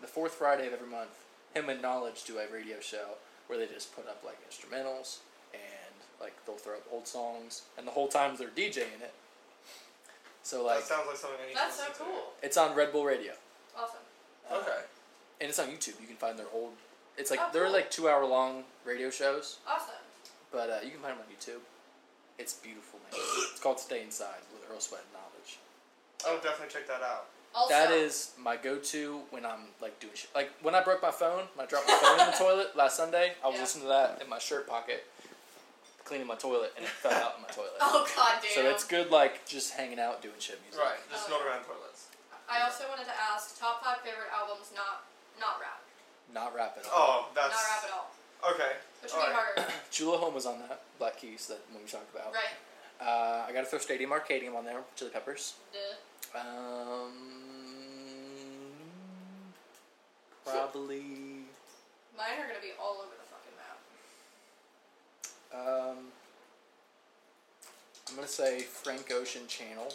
Speaker 2: the fourth Friday of every month him and Knowledge do a radio show where they just put up like instrumentals and like they'll throw up old songs and the whole time they're DJing it so like
Speaker 3: that sounds like something I need
Speaker 1: That's
Speaker 3: to
Speaker 1: so
Speaker 3: listen
Speaker 1: cool.
Speaker 2: it's on Red Bull Radio.
Speaker 1: Awesome.
Speaker 3: to. Okay.
Speaker 2: and it's on YouTube. You can find their old. It's like
Speaker 1: Oh,
Speaker 2: they're
Speaker 1: cool.
Speaker 2: like two hour long radio shows,
Speaker 1: Awesome.
Speaker 2: but uh, you can find them on YouTube. It's beautiful, man. it's called "Stay Inside" with Earl Sweat and Knowledge.
Speaker 3: I would definitely check that out.
Speaker 1: Also,
Speaker 2: That is my go to when I'm like doing shit. Like when I broke my phone, when I dropped my phone in the toilet last Sunday. I was
Speaker 1: Yeah.
Speaker 2: listening to that in my shirt pocket, cleaning my toilet, and it fell out in my toilet.
Speaker 1: Oh god damn.
Speaker 2: so it's good, like just hanging out doing shit music.
Speaker 3: Right, just
Speaker 1: Okay.
Speaker 3: not around toilets.
Speaker 1: I also wanted to ask top five favorite albums, not not rap,
Speaker 2: Not rap at all.
Speaker 3: Oh, that's.
Speaker 1: not rap at all,
Speaker 3: Okay.
Speaker 1: which would
Speaker 3: All
Speaker 1: be
Speaker 3: right.
Speaker 1: harder,
Speaker 2: Jula Home was on that Black Keys that when we talked about.
Speaker 1: right?
Speaker 2: Uh, I gotta throw Stadium Arcadium on there. Chili Peppers.
Speaker 1: Duh.
Speaker 2: Um, probably.
Speaker 1: Mine are gonna be all over the fucking map.
Speaker 2: Um, I'm gonna say Frank Ocean Channel.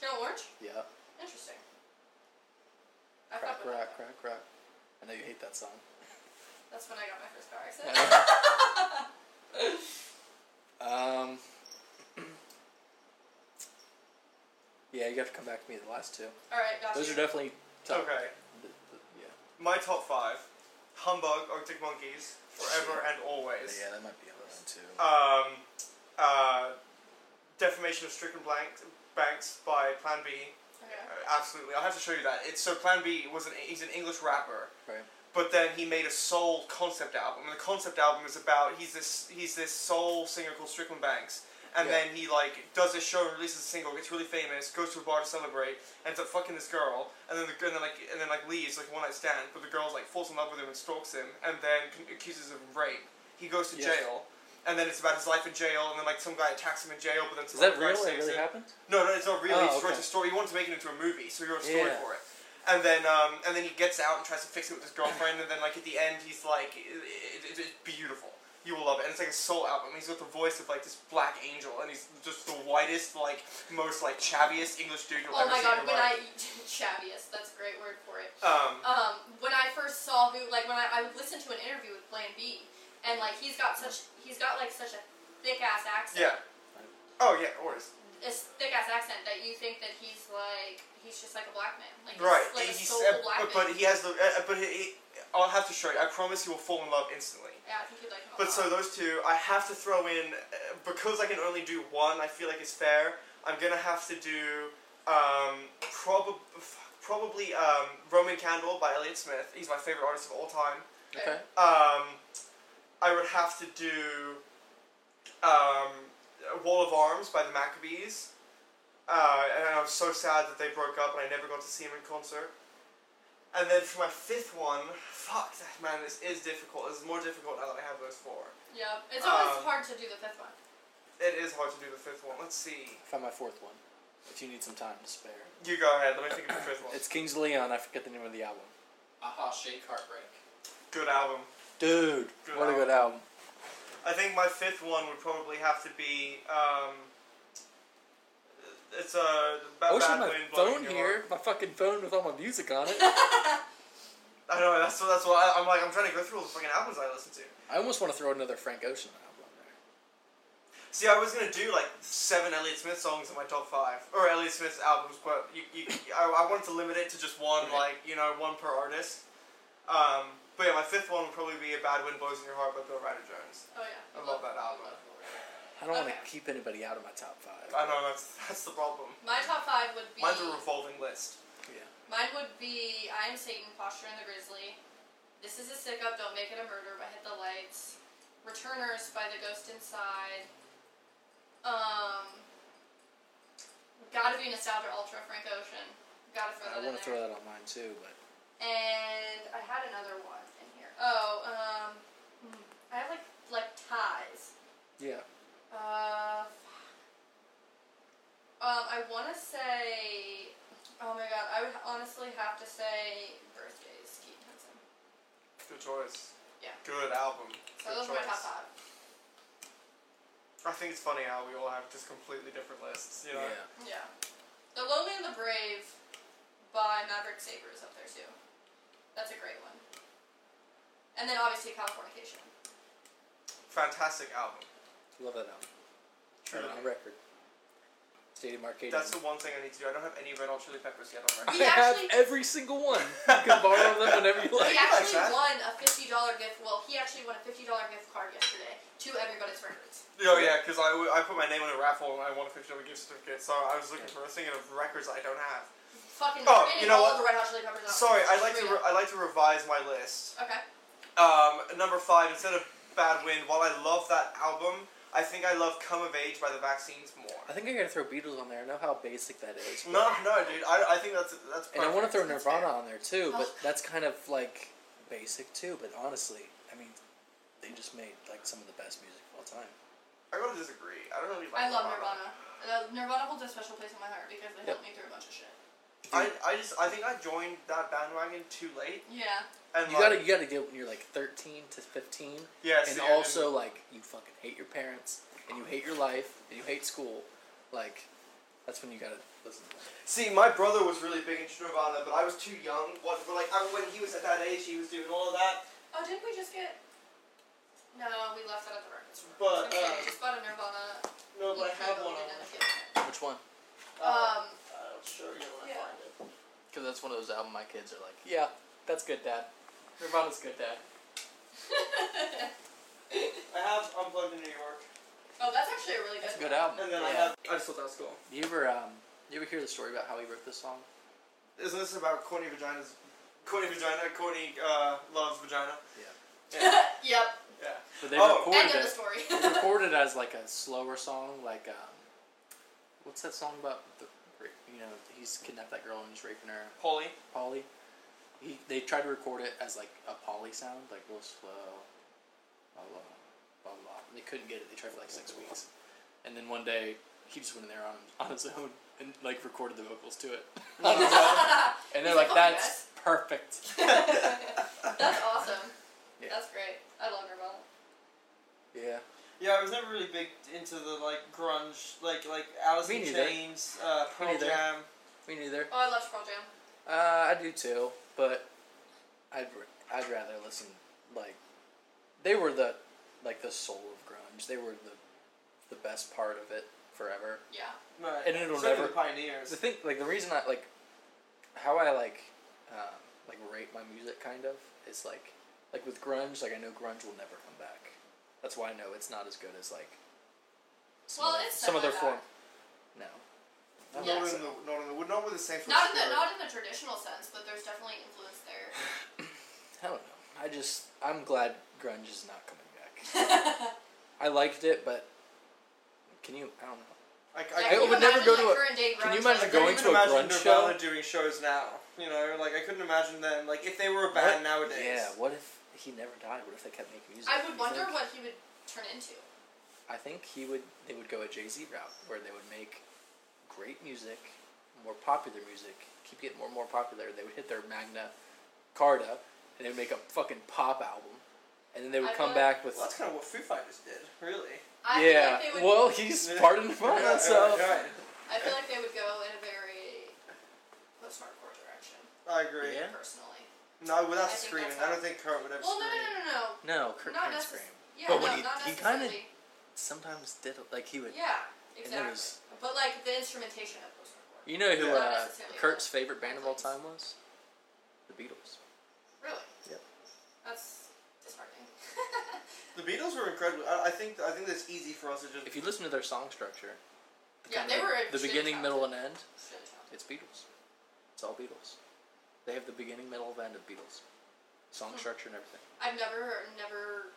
Speaker 1: Channel Orange,
Speaker 2: Yeah.
Speaker 1: interesting. I
Speaker 2: Crack,
Speaker 1: fuck with
Speaker 2: crack,
Speaker 1: that.
Speaker 2: crack, crack. I know you hate that song.
Speaker 1: That's when I got my first car accident.
Speaker 2: um. Yeah, you have to come back to me with the last two.
Speaker 1: all right, got
Speaker 2: Those
Speaker 1: you.
Speaker 2: are definitely tough.
Speaker 3: Okay.
Speaker 2: The- the- yeah.
Speaker 3: My top five Humbug, Arctic Monkeys, Forever and Always.
Speaker 2: Yeah, that might be a little too.
Speaker 3: Um, uh, Defamation of Stricken Blank, Banks by Plan B.
Speaker 1: okay.
Speaker 3: Uh, Absolutely, I'll have to show you that. It's so Plan B was an he's an English rapper,
Speaker 2: Right.
Speaker 3: but then he made a soul concept album, and the concept album is about he's this he's this soul singer called Strickland Banks, and
Speaker 2: Yeah.
Speaker 3: then he like does this show, releases a single, gets really famous, goes to a bar to celebrate, ends up fucking this girl, and then the, and then like and then like leaves like one night stand, but the girl's like falls in love with him and stalks him, and then con- accuses him of rape. He goes to
Speaker 2: Yes.
Speaker 3: jail. And then it's about his life in jail, and then like some guy attacks him in jail, but then
Speaker 2: Is
Speaker 3: some
Speaker 2: that
Speaker 3: other guy
Speaker 2: real? It
Speaker 3: saves
Speaker 2: really
Speaker 3: him.
Speaker 2: happened?
Speaker 3: No, no, it's not real.
Speaker 2: Oh,
Speaker 3: he just wrote
Speaker 2: okay.
Speaker 3: a story. He wanted to make it into a movie, so he wrote a story
Speaker 2: Yeah.
Speaker 3: for it. And then, um, and then he gets out and tries to fix it with his girlfriend. and then, like at the end, he's like, it, it, "It's beautiful. You will love it." And it's like a soul album. He's got the voice of like this black angel, and he's just the whitest, like most like chabbiest English dude you'll
Speaker 1: Oh
Speaker 3: ever
Speaker 1: my
Speaker 3: see in
Speaker 1: god,
Speaker 3: your
Speaker 1: when
Speaker 3: life.
Speaker 1: I shabbiest, that's a great word for it.
Speaker 3: Um,
Speaker 1: um, when I first saw who, like when I, I listened to an interview with Plan B, and like he's got such, he's got like such a thick ass accent,
Speaker 3: yeah. Oh yeah, Oris.
Speaker 1: this thick ass accent that you think that he's like, he's just like a black man, like he's
Speaker 3: Right.
Speaker 1: like a
Speaker 3: he's,
Speaker 1: soul
Speaker 3: uh,
Speaker 1: black man.
Speaker 3: but he has the. Uh, but he, he, I'll have to show you. I promise you will fall in love instantly.
Speaker 1: yeah, I think you'd like him. a
Speaker 3: But
Speaker 1: lot.
Speaker 3: so those two, I have to throw in uh, because I can only do one. I feel like it's fair. I'm gonna have to do um, probably probably um, Roman Candle by Elliott Smith. He's my favorite artist of all time.
Speaker 2: Okay.
Speaker 3: Um, I would have to do um, Wall of Arms by the Maccabees. Uh, and I'm so sad that they broke up and I never got to see them in concert. And then for my fifth one, fuck, man, this is difficult. This is more difficult now that I have those four.
Speaker 1: yeah, it's always
Speaker 3: um,
Speaker 1: hard to do the fifth one.
Speaker 3: It is hard to do the fifth one. Let's see.
Speaker 2: I found my fourth one. If you need some time to spare.
Speaker 3: You go ahead. Let me think of the fifth one.
Speaker 2: It's Kings of Leon. I forget the name of the album.
Speaker 4: Aha, shake, heartbreak.
Speaker 3: Good album.
Speaker 2: Dude,
Speaker 3: Good
Speaker 2: what a
Speaker 3: album.
Speaker 2: good album.
Speaker 3: I think my fifth one would probably have to be. Um, it's a. Uh,
Speaker 2: I
Speaker 3: Bad,
Speaker 2: wish I
Speaker 3: Bad
Speaker 2: had my
Speaker 3: Moon, Blood in
Speaker 2: phone
Speaker 3: Your
Speaker 2: here.
Speaker 3: Heart.
Speaker 2: My fucking phone with all my music on it.
Speaker 3: I know. That's that's what I, I'm like. I'm trying to go through all the fucking albums I listen to.
Speaker 2: I almost want to throw another Frank Ocean album on there.
Speaker 3: See, I was gonna do like seven Elliott Smith songs in my top five, or Elliott Smith's albums, but you, you, I, I wanted to limit it to just one,
Speaker 2: Right.
Speaker 3: like you know, one per artist. Um, but yeah, my fifth one would probably be "A Bad Wind Blows in Your Heart" by Bill Ryder Jones.
Speaker 1: Oh yeah.
Speaker 3: I love that album.
Speaker 2: I don't want
Speaker 1: Okay.
Speaker 2: to keep anybody out of my top five.
Speaker 3: I know that's that's the problem.
Speaker 1: My top five would be
Speaker 3: Mine's a revolving list.
Speaker 1: mine would be I am Satan, Posture and the Grizzly. This is a sick up, don't make it a murder by Hit the Lights. Returners by The Ghost Inside. Um Gotta be Nostalgia Ultra Frank Ocean. Gotta throw that
Speaker 2: I
Speaker 1: in
Speaker 2: want
Speaker 1: there.
Speaker 2: to throw that on mine too, but
Speaker 1: And I had another one in here. Oh, um, hmm, I have like like ties.
Speaker 2: yeah.
Speaker 1: Uh, fuck. um, I want to say. Oh my god, I would honestly have to say birthdays, Keith Hudson.
Speaker 3: Good choice.
Speaker 1: Yeah.
Speaker 3: Good album.
Speaker 1: So
Speaker 3: Good
Speaker 1: those are my top
Speaker 3: choice.
Speaker 1: five.
Speaker 3: I think it's funny how we all have just completely different lists. You know.
Speaker 1: Yeah. The Lonely and the Brave by Maverick Saber is up there too. That's a great one. And then obviously Californication.
Speaker 3: Fantastic album.
Speaker 2: Love that album. Turn it
Speaker 3: Truly.
Speaker 2: on record. Stadium Arcade.
Speaker 3: That's the one thing I need to do. I don't have any Red Hot Chili Peppers yet on
Speaker 2: I
Speaker 3: record.
Speaker 1: He
Speaker 2: have
Speaker 1: actually-
Speaker 2: every single one. You can borrow them whenever you
Speaker 1: He
Speaker 2: like.
Speaker 3: Yeah.
Speaker 1: actually
Speaker 3: that.
Speaker 1: won a fifty dollar gift. Well, he actually won a fifty dollar gift card yesterday to everybody's records.
Speaker 3: Oh yeah, because I, w- I put my name on a raffle and I won a fifty dollar gift certificate. So I was looking for a singing of records I don't have.
Speaker 1: Fucking
Speaker 3: Oh,
Speaker 1: forgetting
Speaker 3: you know
Speaker 1: all
Speaker 3: what?
Speaker 1: the Red Hot Chili Peppers albums.
Speaker 3: Sorry, I'd like to
Speaker 1: Straight
Speaker 3: re- I'd like to revise my list.
Speaker 1: up. Okay.
Speaker 3: Um, number five instead of Bad Wind. While I love that album, I think I love Come of Age by the Vaccines
Speaker 2: I
Speaker 3: more.
Speaker 2: think I gotta throw Beatles on there. I know how basic that is.
Speaker 3: No, no, dude. I, I think that's that's. Perfect.
Speaker 2: And I want to throw
Speaker 3: That's
Speaker 2: Nirvana
Speaker 3: fair.
Speaker 2: on there too,
Speaker 1: Oh.
Speaker 2: but that's kind of like basic too. But honestly, I mean, they just made like some of the best music of all time.
Speaker 3: I gotta disagree. I don't really
Speaker 1: I
Speaker 3: like.
Speaker 1: love Nirvana. Uh, Nirvana holds a special place in my heart because they helped me through a bunch of shit.
Speaker 3: I, I just I think I joined that bandwagon too late.
Speaker 1: Yeah.
Speaker 3: And
Speaker 2: You
Speaker 3: like,
Speaker 2: gotta you gotta get it when you're like 13 to 15,
Speaker 3: yeah,
Speaker 2: and
Speaker 3: see, I
Speaker 2: also like you fucking hate your parents and you hate your life and you hate school, like that's when you gotta listen. to that.
Speaker 3: See, my brother was really big into Nirvana, but I was too young. What, but like I, when he was at that age, he was doing all of that.
Speaker 1: Oh, didn't we just get? No, we left that at the record store.
Speaker 3: But,
Speaker 1: okay, I
Speaker 3: uh,
Speaker 1: just bought a Nirvana.
Speaker 3: No, but I
Speaker 1: EP,
Speaker 3: have
Speaker 1: but we
Speaker 3: one. On, Uh,
Speaker 1: didn't end up getting it.
Speaker 2: Which one?
Speaker 1: Um,
Speaker 3: I'm sure you'll
Speaker 1: yeah.
Speaker 3: find it.
Speaker 2: Because that's one of those albums my kids are like, yeah, that's good, dad. Nirvana's good, dad.
Speaker 3: I have Unplugged in New York,
Speaker 1: oh, that's actually a really
Speaker 2: That's a
Speaker 1: good.
Speaker 2: good album.
Speaker 3: and then I
Speaker 2: Yeah.
Speaker 3: have. I just thought that was cool.
Speaker 2: You ever um, you ever hear the story about how he wrote this song?
Speaker 3: Isn't this about corny vaginas? Corny vagina. Corny uh, loves vagina. Yeah.
Speaker 1: one.
Speaker 3: Yeah.
Speaker 1: yep.
Speaker 3: yeah.
Speaker 2: But they
Speaker 3: Oh.
Speaker 2: recorded
Speaker 1: End of
Speaker 2: it.
Speaker 1: the story.
Speaker 2: They recorded it as like a slower song, like um, what's that song about? The, you know, he's kidnapped that girl and he's raping her,
Speaker 3: Holy.
Speaker 2: Polly. He, they tried to record it as like a Polly sound, like real slow, blah blah blah blah. They couldn't get it. They tried for like six weeks, and then one day he just went in there on on his own and like recorded the vocals to it. On his own. and they're
Speaker 1: He's
Speaker 2: like,
Speaker 1: like, "Oh,
Speaker 2: "That's perfect."
Speaker 1: that's awesome.
Speaker 2: Yeah.
Speaker 1: That's great. I love Nirvana.
Speaker 2: Yeah.
Speaker 3: Yeah, I was never really big into the like grunge, like like Alice
Speaker 2: Me
Speaker 3: in
Speaker 2: neither.
Speaker 3: Chains, uh, Pearl
Speaker 2: neither.
Speaker 3: Jam.
Speaker 2: Me neither.
Speaker 1: Oh, I love Pearl Jam.
Speaker 2: Uh, I do too, but I'd r- I'd rather listen like they were the like the soul of grunge. They were the the best part of it forever.
Speaker 1: Yeah.
Speaker 3: Right.
Speaker 2: And it'll
Speaker 3: Certainly
Speaker 2: never-
Speaker 3: the pioneers.
Speaker 2: The thing like the reason I like how I like um, like rate my music kind of is like like with grunge like I know grunge will never come back. That's why I know it's not as good as like some
Speaker 1: Well,
Speaker 2: other,
Speaker 1: it's
Speaker 2: some other
Speaker 1: semi-back.
Speaker 2: form. No.
Speaker 3: Not
Speaker 1: Yeah.
Speaker 3: in the not in the not with the same. for
Speaker 1: Not in the
Speaker 3: sure.
Speaker 1: not in the traditional sense, but there's definitely influence there.
Speaker 2: I don't know. I just I'm glad grunge is not coming back. I liked it, but can you? I don't know.
Speaker 3: I, I,
Speaker 1: Like,
Speaker 2: I
Speaker 1: can
Speaker 2: would
Speaker 1: you
Speaker 3: couldn't-
Speaker 2: never
Speaker 1: imagine,
Speaker 2: go
Speaker 1: like,
Speaker 2: to a-
Speaker 1: current day
Speaker 2: can you
Speaker 1: grunge,
Speaker 2: imagine
Speaker 1: like,
Speaker 2: going
Speaker 3: I
Speaker 2: to a
Speaker 3: couldn't imagine
Speaker 2: grunge
Speaker 3: Nirvana
Speaker 2: show?
Speaker 3: doing shows now. You know, like I couldn't imagine them. Like if they were a band
Speaker 2: What-
Speaker 3: nowadays.
Speaker 2: Yeah. What if he never died? What if they kept making music?
Speaker 1: I would
Speaker 2: You
Speaker 1: wonder
Speaker 2: think-
Speaker 1: what he would turn into.
Speaker 2: I think he would. They would go a Jay Z route where they would make great music, more popular music, keep getting more and more popular. They would hit their Magna Carta, and they would make a fucking pop album, and then they would
Speaker 1: I
Speaker 2: come
Speaker 1: feel like-
Speaker 2: back with.
Speaker 3: Well, that's kind of what Foo Fighters did, really.
Speaker 1: I
Speaker 2: yeah.
Speaker 1: feel like they would
Speaker 2: well, he's part of Nirvana,
Speaker 3: Yeah,
Speaker 2: so.
Speaker 3: yeah, right.
Speaker 1: I feel like they would go in a very post hardcore direction,
Speaker 3: I agree.
Speaker 2: Yeah.
Speaker 1: personally.
Speaker 3: No,
Speaker 1: I
Speaker 3: without
Speaker 1: think
Speaker 3: screaming,
Speaker 1: that's
Speaker 3: I don't think Kurt would ever
Speaker 1: Well no
Speaker 3: scream.
Speaker 1: no no no.
Speaker 2: No, Kurt
Speaker 1: Not
Speaker 2: can't
Speaker 1: necess-
Speaker 2: scream.
Speaker 1: Yeah,
Speaker 2: But
Speaker 1: no,
Speaker 2: when he-
Speaker 1: not
Speaker 2: he kinda-
Speaker 1: necessarily.
Speaker 2: sometimes did like he would.
Speaker 1: Yeah,
Speaker 2: and
Speaker 1: exactly.
Speaker 2: there was-
Speaker 1: but like the instrumentation of those were
Speaker 2: you know who
Speaker 3: Yeah.
Speaker 1: Not
Speaker 2: uh,
Speaker 1: necessarily
Speaker 2: Kurt's
Speaker 1: the
Speaker 2: favorite band of all
Speaker 1: Beatles.
Speaker 2: time was? The Beatles.
Speaker 1: really.
Speaker 2: Yep.
Speaker 1: That's disheartening.
Speaker 3: The Beatles were incredible. I, I think I think that's easy for us to just.
Speaker 2: If you listen to their song structure, the
Speaker 1: Yeah,
Speaker 2: kind
Speaker 1: they
Speaker 2: of-
Speaker 1: were
Speaker 2: the
Speaker 1: extremely
Speaker 2: beginning, middle, and end.
Speaker 1: Should've told.
Speaker 2: It's Beatles. It's all Beatles. They have the beginning, middle, and end of Beatles. Song
Speaker 1: Hmm.
Speaker 2: structure and everything.
Speaker 1: I've never never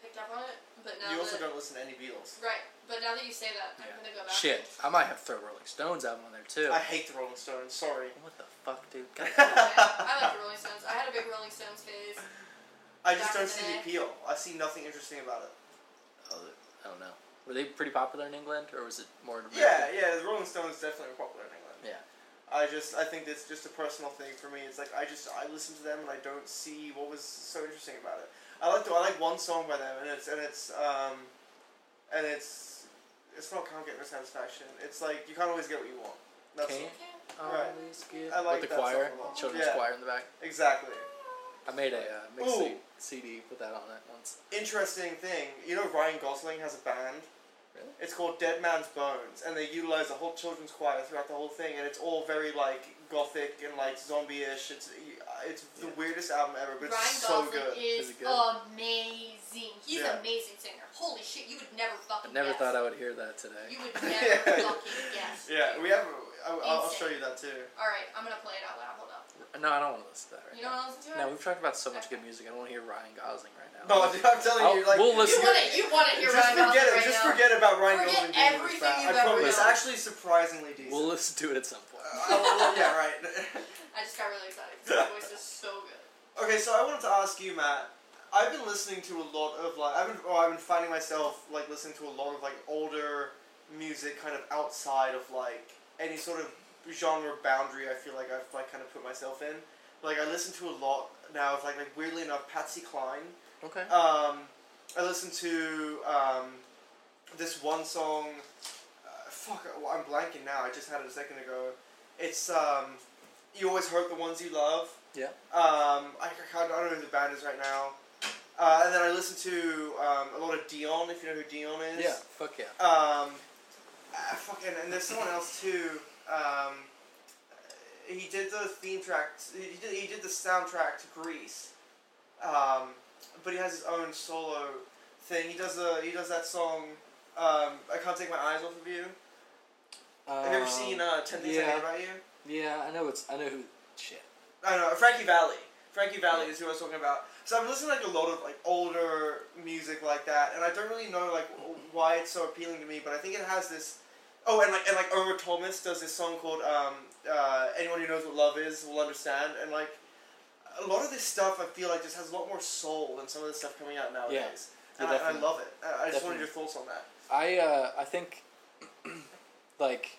Speaker 1: picked up on it, but now
Speaker 3: you also
Speaker 1: that
Speaker 3: don't listen to any Beatles.
Speaker 1: right, but now that you say that,
Speaker 2: Yeah.
Speaker 1: I'm gonna go back.
Speaker 2: Shit, I might have throw Rolling Stones album on there too.
Speaker 3: I hate the Rolling Stones. Sorry.
Speaker 2: what the fuck, dude? God.
Speaker 1: Okay, I like the Rolling Stones. I had a big Rolling Stones phase.
Speaker 3: I just
Speaker 1: Back
Speaker 3: don't
Speaker 1: in
Speaker 3: see
Speaker 1: the
Speaker 3: the
Speaker 1: day.
Speaker 3: appeal. I see nothing interesting about it.
Speaker 2: oh, I don't know. Were they pretty popular in England, or was it more in America?
Speaker 3: Yeah, yeah. The Rolling Stones definitely were popular in England.
Speaker 2: Yeah.
Speaker 3: I just I think that's just a personal thing for me. It's like I just I listen to them and I don't see what was so interesting about it. I like the, I like one song by them and it's and it's um, and it's it's not can't get no satisfaction. It's like you can't always get what you want. That's
Speaker 2: Can't?
Speaker 1: Can't
Speaker 3: Right.
Speaker 2: Always give-
Speaker 3: I like
Speaker 2: With the
Speaker 3: that
Speaker 2: choir,
Speaker 3: song a lot.
Speaker 2: children's
Speaker 3: Yeah.
Speaker 2: choir in the back.
Speaker 3: exactly.
Speaker 2: I made a uh, mixtape
Speaker 3: Ooh.
Speaker 2: CD, put that on that once.
Speaker 3: Interesting thing. You know Ryan Gosling has a band.
Speaker 2: Really?
Speaker 3: It's called Dead Man's Bones, and they utilize a whole children's choir throughout the whole thing, and it's all very like gothic and like zombie-ish. It's it's the
Speaker 2: Yeah.
Speaker 3: weirdest album ever, but it's
Speaker 1: Ryan
Speaker 3: so
Speaker 1: Gosling
Speaker 3: good.
Speaker 2: Is
Speaker 1: is,
Speaker 2: it good?
Speaker 1: amazing. He's
Speaker 3: Yeah.
Speaker 1: an amazing singer. Holy shit, you would never
Speaker 2: I
Speaker 1: fucking
Speaker 2: never
Speaker 1: guess.
Speaker 2: thought I would hear that today.
Speaker 1: You would never
Speaker 3: Yeah.
Speaker 1: fucking guess.
Speaker 3: Yeah, we have. I, I'll- I'll show you that too.
Speaker 1: Alright, I'm gonna play it out loud. Hold up.
Speaker 2: No, I don't want to listen to that right
Speaker 1: You don't
Speaker 2: now.
Speaker 1: wanna listen to it?
Speaker 2: No, we've talked about so much good music. I don't want to hear Ryan Gosling right now.
Speaker 3: No, dude, I'm telling
Speaker 2: I'll-
Speaker 3: you, like
Speaker 2: we'll listen-
Speaker 1: you want to you want to hear
Speaker 3: just
Speaker 1: Ryan Gosling
Speaker 3: forget it.
Speaker 1: right
Speaker 3: just
Speaker 1: now.
Speaker 3: forget about Ryan
Speaker 1: Forget
Speaker 3: Gosling being
Speaker 1: everything
Speaker 3: this bad.
Speaker 1: you've
Speaker 3: I
Speaker 1: ever
Speaker 3: promise. It's
Speaker 2: done.
Speaker 3: actually surprisingly decent.
Speaker 2: We'll listen to it at some point.
Speaker 3: Uh, yeah, right.
Speaker 1: I just got really excited because his voice is so good.
Speaker 3: okay, so I wanted to ask you, Matt. I've been listening to a lot of like I've been oh, I've been finding myself like listening to a lot of like older music kind of outside of like any sort of genre boundary I feel like I've like kind of put myself in. Like I listen to a lot now of like like weirdly enough Patsy Cline.
Speaker 2: Okay.
Speaker 3: Um, I listened to um, this one song. Uh, fuck, well, I'm blanking now. I just had it a second ago. It's um, you always hurt the ones you love.
Speaker 2: Yeah.
Speaker 3: Um, I, I, can't, I don't know who the band is right now. Uh, and then I listened to um, a lot of Dion. If you know who Dion is.
Speaker 2: Yeah. Fuck yeah.
Speaker 3: Um, ah, fucking, and there's someone else too. Um, he did the theme track. He did, he did the soundtrack to Grease. Um, but he has his own solo thing. He does the he does that song. Um, I can't take my eyes off of you. Have you ever
Speaker 2: Um,
Speaker 3: seen uh, Ten Things I
Speaker 2: yeah.
Speaker 3: Hate About You?
Speaker 2: Yeah, I know it's. I know who. Shit.
Speaker 3: I don't know. Frankie Valley. Frankie Valley is who I was talking about. So I've listened to like a lot of like older music like that, and I don't really know like w- why it's so appealing to me, but I think it has this. Oh, and like and like Irma Thomas does this song called um, uh, "Anyone Who Knows What Love Is Will Understand," and like a lot of this stuff, I feel like just has a lot more soul than some of the stuff coming out nowadays.
Speaker 2: Yeah,
Speaker 3: and I, I
Speaker 2: definitely.
Speaker 3: love it. I, I just wanted
Speaker 2: Definitely.
Speaker 3: your thoughts on that.
Speaker 2: I uh, I think, like,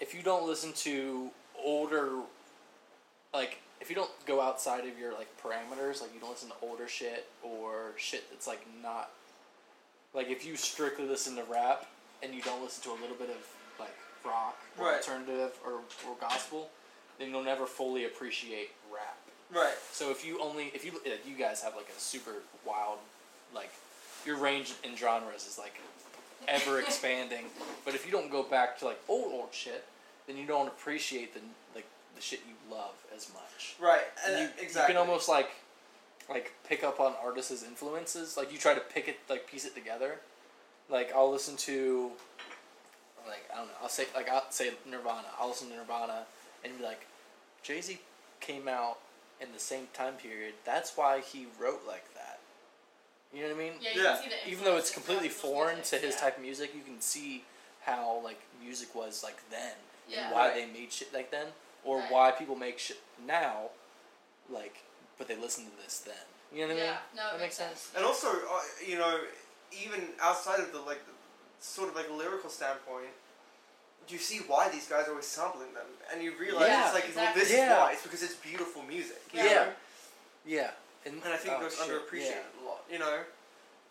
Speaker 2: if you don't listen to older, like, if you don't go outside of your like parameters, like you don't listen to older shit or shit that's like not, like if you strictly listen to rap and you don't listen to a little bit of like rock or
Speaker 3: Right.
Speaker 2: alternative or, or gospel, then you'll never fully appreciate rap.
Speaker 3: Right.
Speaker 2: So if you only if you like you guys have like a super wild like your range in genres is like ever expanding. but if you don't go back to like old old shit, then you don't appreciate the like the shit you love as much.
Speaker 3: Right.
Speaker 2: And
Speaker 3: And
Speaker 2: you,
Speaker 3: exactly.
Speaker 2: you can almost like like pick up on artists' influences. Like you try to pick it like piece it together. Like I'll listen to like I don't know, I'll say like I'll say Nirvana. I'll listen to Nirvana and be like, Jay Z came out in the same time period, that's why he wrote like that. You know what I mean?
Speaker 1: Yeah, you
Speaker 3: Yeah.
Speaker 1: can see the
Speaker 2: Even though it's
Speaker 1: influences
Speaker 2: completely
Speaker 1: throughout those
Speaker 2: foreign
Speaker 1: musics,
Speaker 2: to his
Speaker 1: yeah.
Speaker 2: type of music, you can see how like music was like then
Speaker 1: Yeah.
Speaker 2: and why
Speaker 3: Right.
Speaker 2: they made shit like then, or
Speaker 1: Right.
Speaker 2: why people make shit now, like but they listen to this then. You know what I mean?
Speaker 1: Yeah, no, it
Speaker 2: that
Speaker 1: makes sense.
Speaker 3: And also, uh, you know, even outside of the like, sort of like lyrical standpoint, you see why these guys are always sampling them, and you realize
Speaker 2: Yeah,
Speaker 3: it's like, well,
Speaker 1: exactly.
Speaker 3: this is
Speaker 2: Yeah.
Speaker 3: why. It's because it's beautiful music. you
Speaker 2: Yeah.
Speaker 3: know?
Speaker 2: Yeah, and,
Speaker 3: And I think
Speaker 2: oh,
Speaker 3: it goes
Speaker 2: shit,
Speaker 3: underappreciated a lot. You know.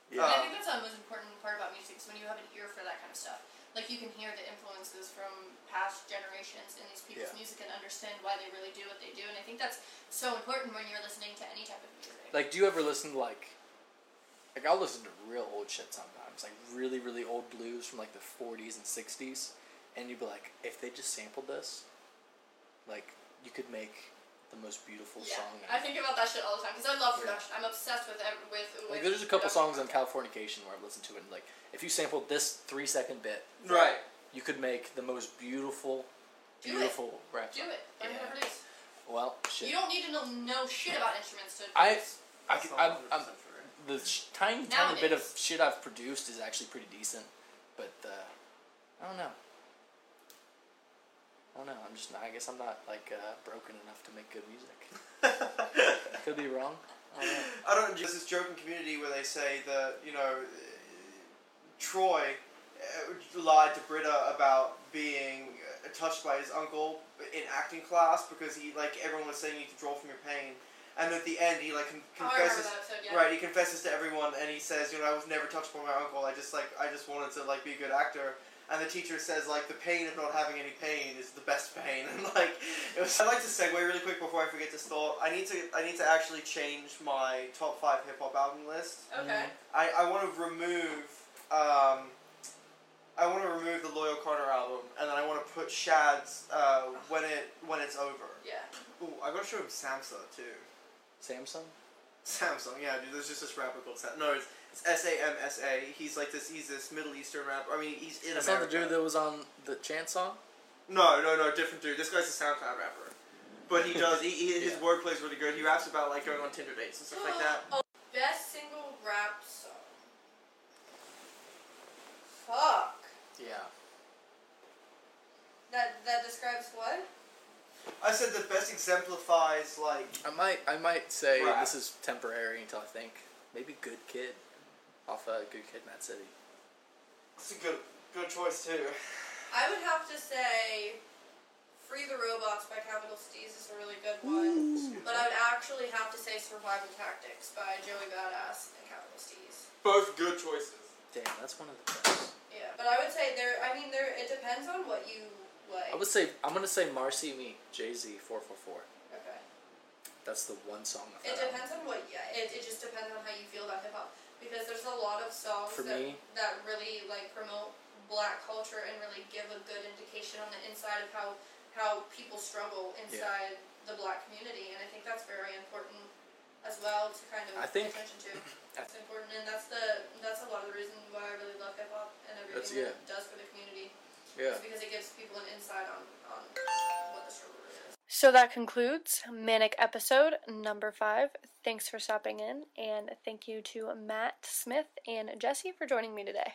Speaker 2: Yeah.
Speaker 1: And I
Speaker 3: Uh,
Speaker 1: think that's the most important part about music is when you have an ear for that kind of stuff. Like you can hear the influences from past generations in these people's
Speaker 2: Yeah.
Speaker 1: music and understand why they really do what they do. And I think that's so important when you're listening to any type of music.
Speaker 2: Like, do you ever listen to like Like I'll listen to real old shit sometimes, like really really old blues from like the '40s and '60s, and you'd be like, if they just sampled this, like you could make the most beautiful
Speaker 1: Yeah,
Speaker 2: song.
Speaker 1: I think about that shit all the time because I love
Speaker 2: Yeah.
Speaker 1: production. I'm obsessed with ev- with.
Speaker 2: Like
Speaker 1: with
Speaker 2: there's a couple
Speaker 1: production
Speaker 2: songs on
Speaker 1: process.
Speaker 2: Californication where I've listened to it, and like if you sampled this three second bit,
Speaker 3: Right.
Speaker 2: you could make the most beautiful,
Speaker 1: Do it.
Speaker 2: beautiful rap.
Speaker 1: Do
Speaker 2: song.
Speaker 1: it. Learn how
Speaker 2: Yeah.
Speaker 1: to produce.
Speaker 2: Well, shit.
Speaker 1: You don't need to know, know shit about instruments to.
Speaker 2: I-
Speaker 1: produce.
Speaker 2: I,
Speaker 3: That's not
Speaker 2: I'm, I'm,
Speaker 3: 100% true.
Speaker 2: the sh- tiny tiny bit of
Speaker 1: Nowadays.
Speaker 2: shit I've produced is actually pretty decent, but uh, I don't know. I don't know. I'm just. Not, I guess I'm not like uh, broken enough to make good music. Could be wrong. I don't know.
Speaker 3: I don't. There's this joke in Community where they say that you know, Troy uh, lied to Britta about being uh, touched by his uncle in acting class because he like everyone was saying you can draw from your pain, and at the end he like con-
Speaker 1: Oh, I remember
Speaker 3: confesses.
Speaker 1: that episode. Yeah.
Speaker 3: Right, he confesses to everyone, and he says, "You know, I was never touched by my uncle. I just like, I just wanted to like be a good actor." And the teacher says, "Like the pain of not having any pain is the best pain." And like, it was. I'd like to segue really quick before I forget this thought. I need to, I need to actually change my top five hip hop album list.
Speaker 1: Okay.
Speaker 3: I, I want to remove, um, I want to remove the Loyal Carter album, and then I want to put Shad's uh, when it when it's over.
Speaker 1: Yeah.
Speaker 3: Ooh, I gotta show him Samsa too.
Speaker 2: Samsung.
Speaker 3: Samsung, yeah, dude. There's just this rapper called Sam. No, it's it's S A M S A. He's like this. He's this Middle Eastern rapper. I mean, he's in
Speaker 2: That's not the
Speaker 3: America.
Speaker 2: dude that was on the Chance song.
Speaker 3: no, no, no, different dude. This guy's a SoundCloud rapper, but he does. He, he, his
Speaker 2: Yeah.
Speaker 3: wordplay's really good. He raps about like going on Tinder dates and stuff like that.
Speaker 1: Oh, best single rap song. Fuck.
Speaker 2: Yeah.
Speaker 1: That that describes what?
Speaker 3: I said the best exemplifies like
Speaker 2: I might. I might say
Speaker 3: Rap.
Speaker 2: this is temporary until I think maybe Good Kid, off uh, Good Kid, Mad City.
Speaker 3: it's a good good choice too.
Speaker 1: I would have to say, "Free the Robots" by Capital Steez is a really good one. But I would actually have to say Survival Tactics by Joey Badass and Capital Steez.
Speaker 3: Both good choices.
Speaker 2: Damn, that's one of the best.
Speaker 1: Yeah. But I would say there I mean there it depends on what you like.
Speaker 2: I would say I'm gonna say Marcy Me, Jay Z, four four four.
Speaker 1: okay.
Speaker 2: That's the one song. Of
Speaker 1: It
Speaker 2: that album.
Speaker 1: depends on what yeah, it, it just depends on how you feel about hip hop. Because there's a lot of songs
Speaker 2: For
Speaker 1: that
Speaker 2: me-
Speaker 1: that really like promote black culture and really give a good indication on the inside of how how people struggle inside the black community and I think that's very important as well to kind of
Speaker 2: I think-
Speaker 1: pay attention to.
Speaker 2: I-
Speaker 1: That's important and that's the that's a lot of the reason why I really love hip hop and
Speaker 2: That's-
Speaker 1: everything that it does for the community.
Speaker 2: Yeah.
Speaker 1: It's because it gives people an insight on, on what the struggle really is.
Speaker 5: So that concludes Manic episode number five. Thanks for stopping in, and thank you to Matt Smith and Jesse for joining me today.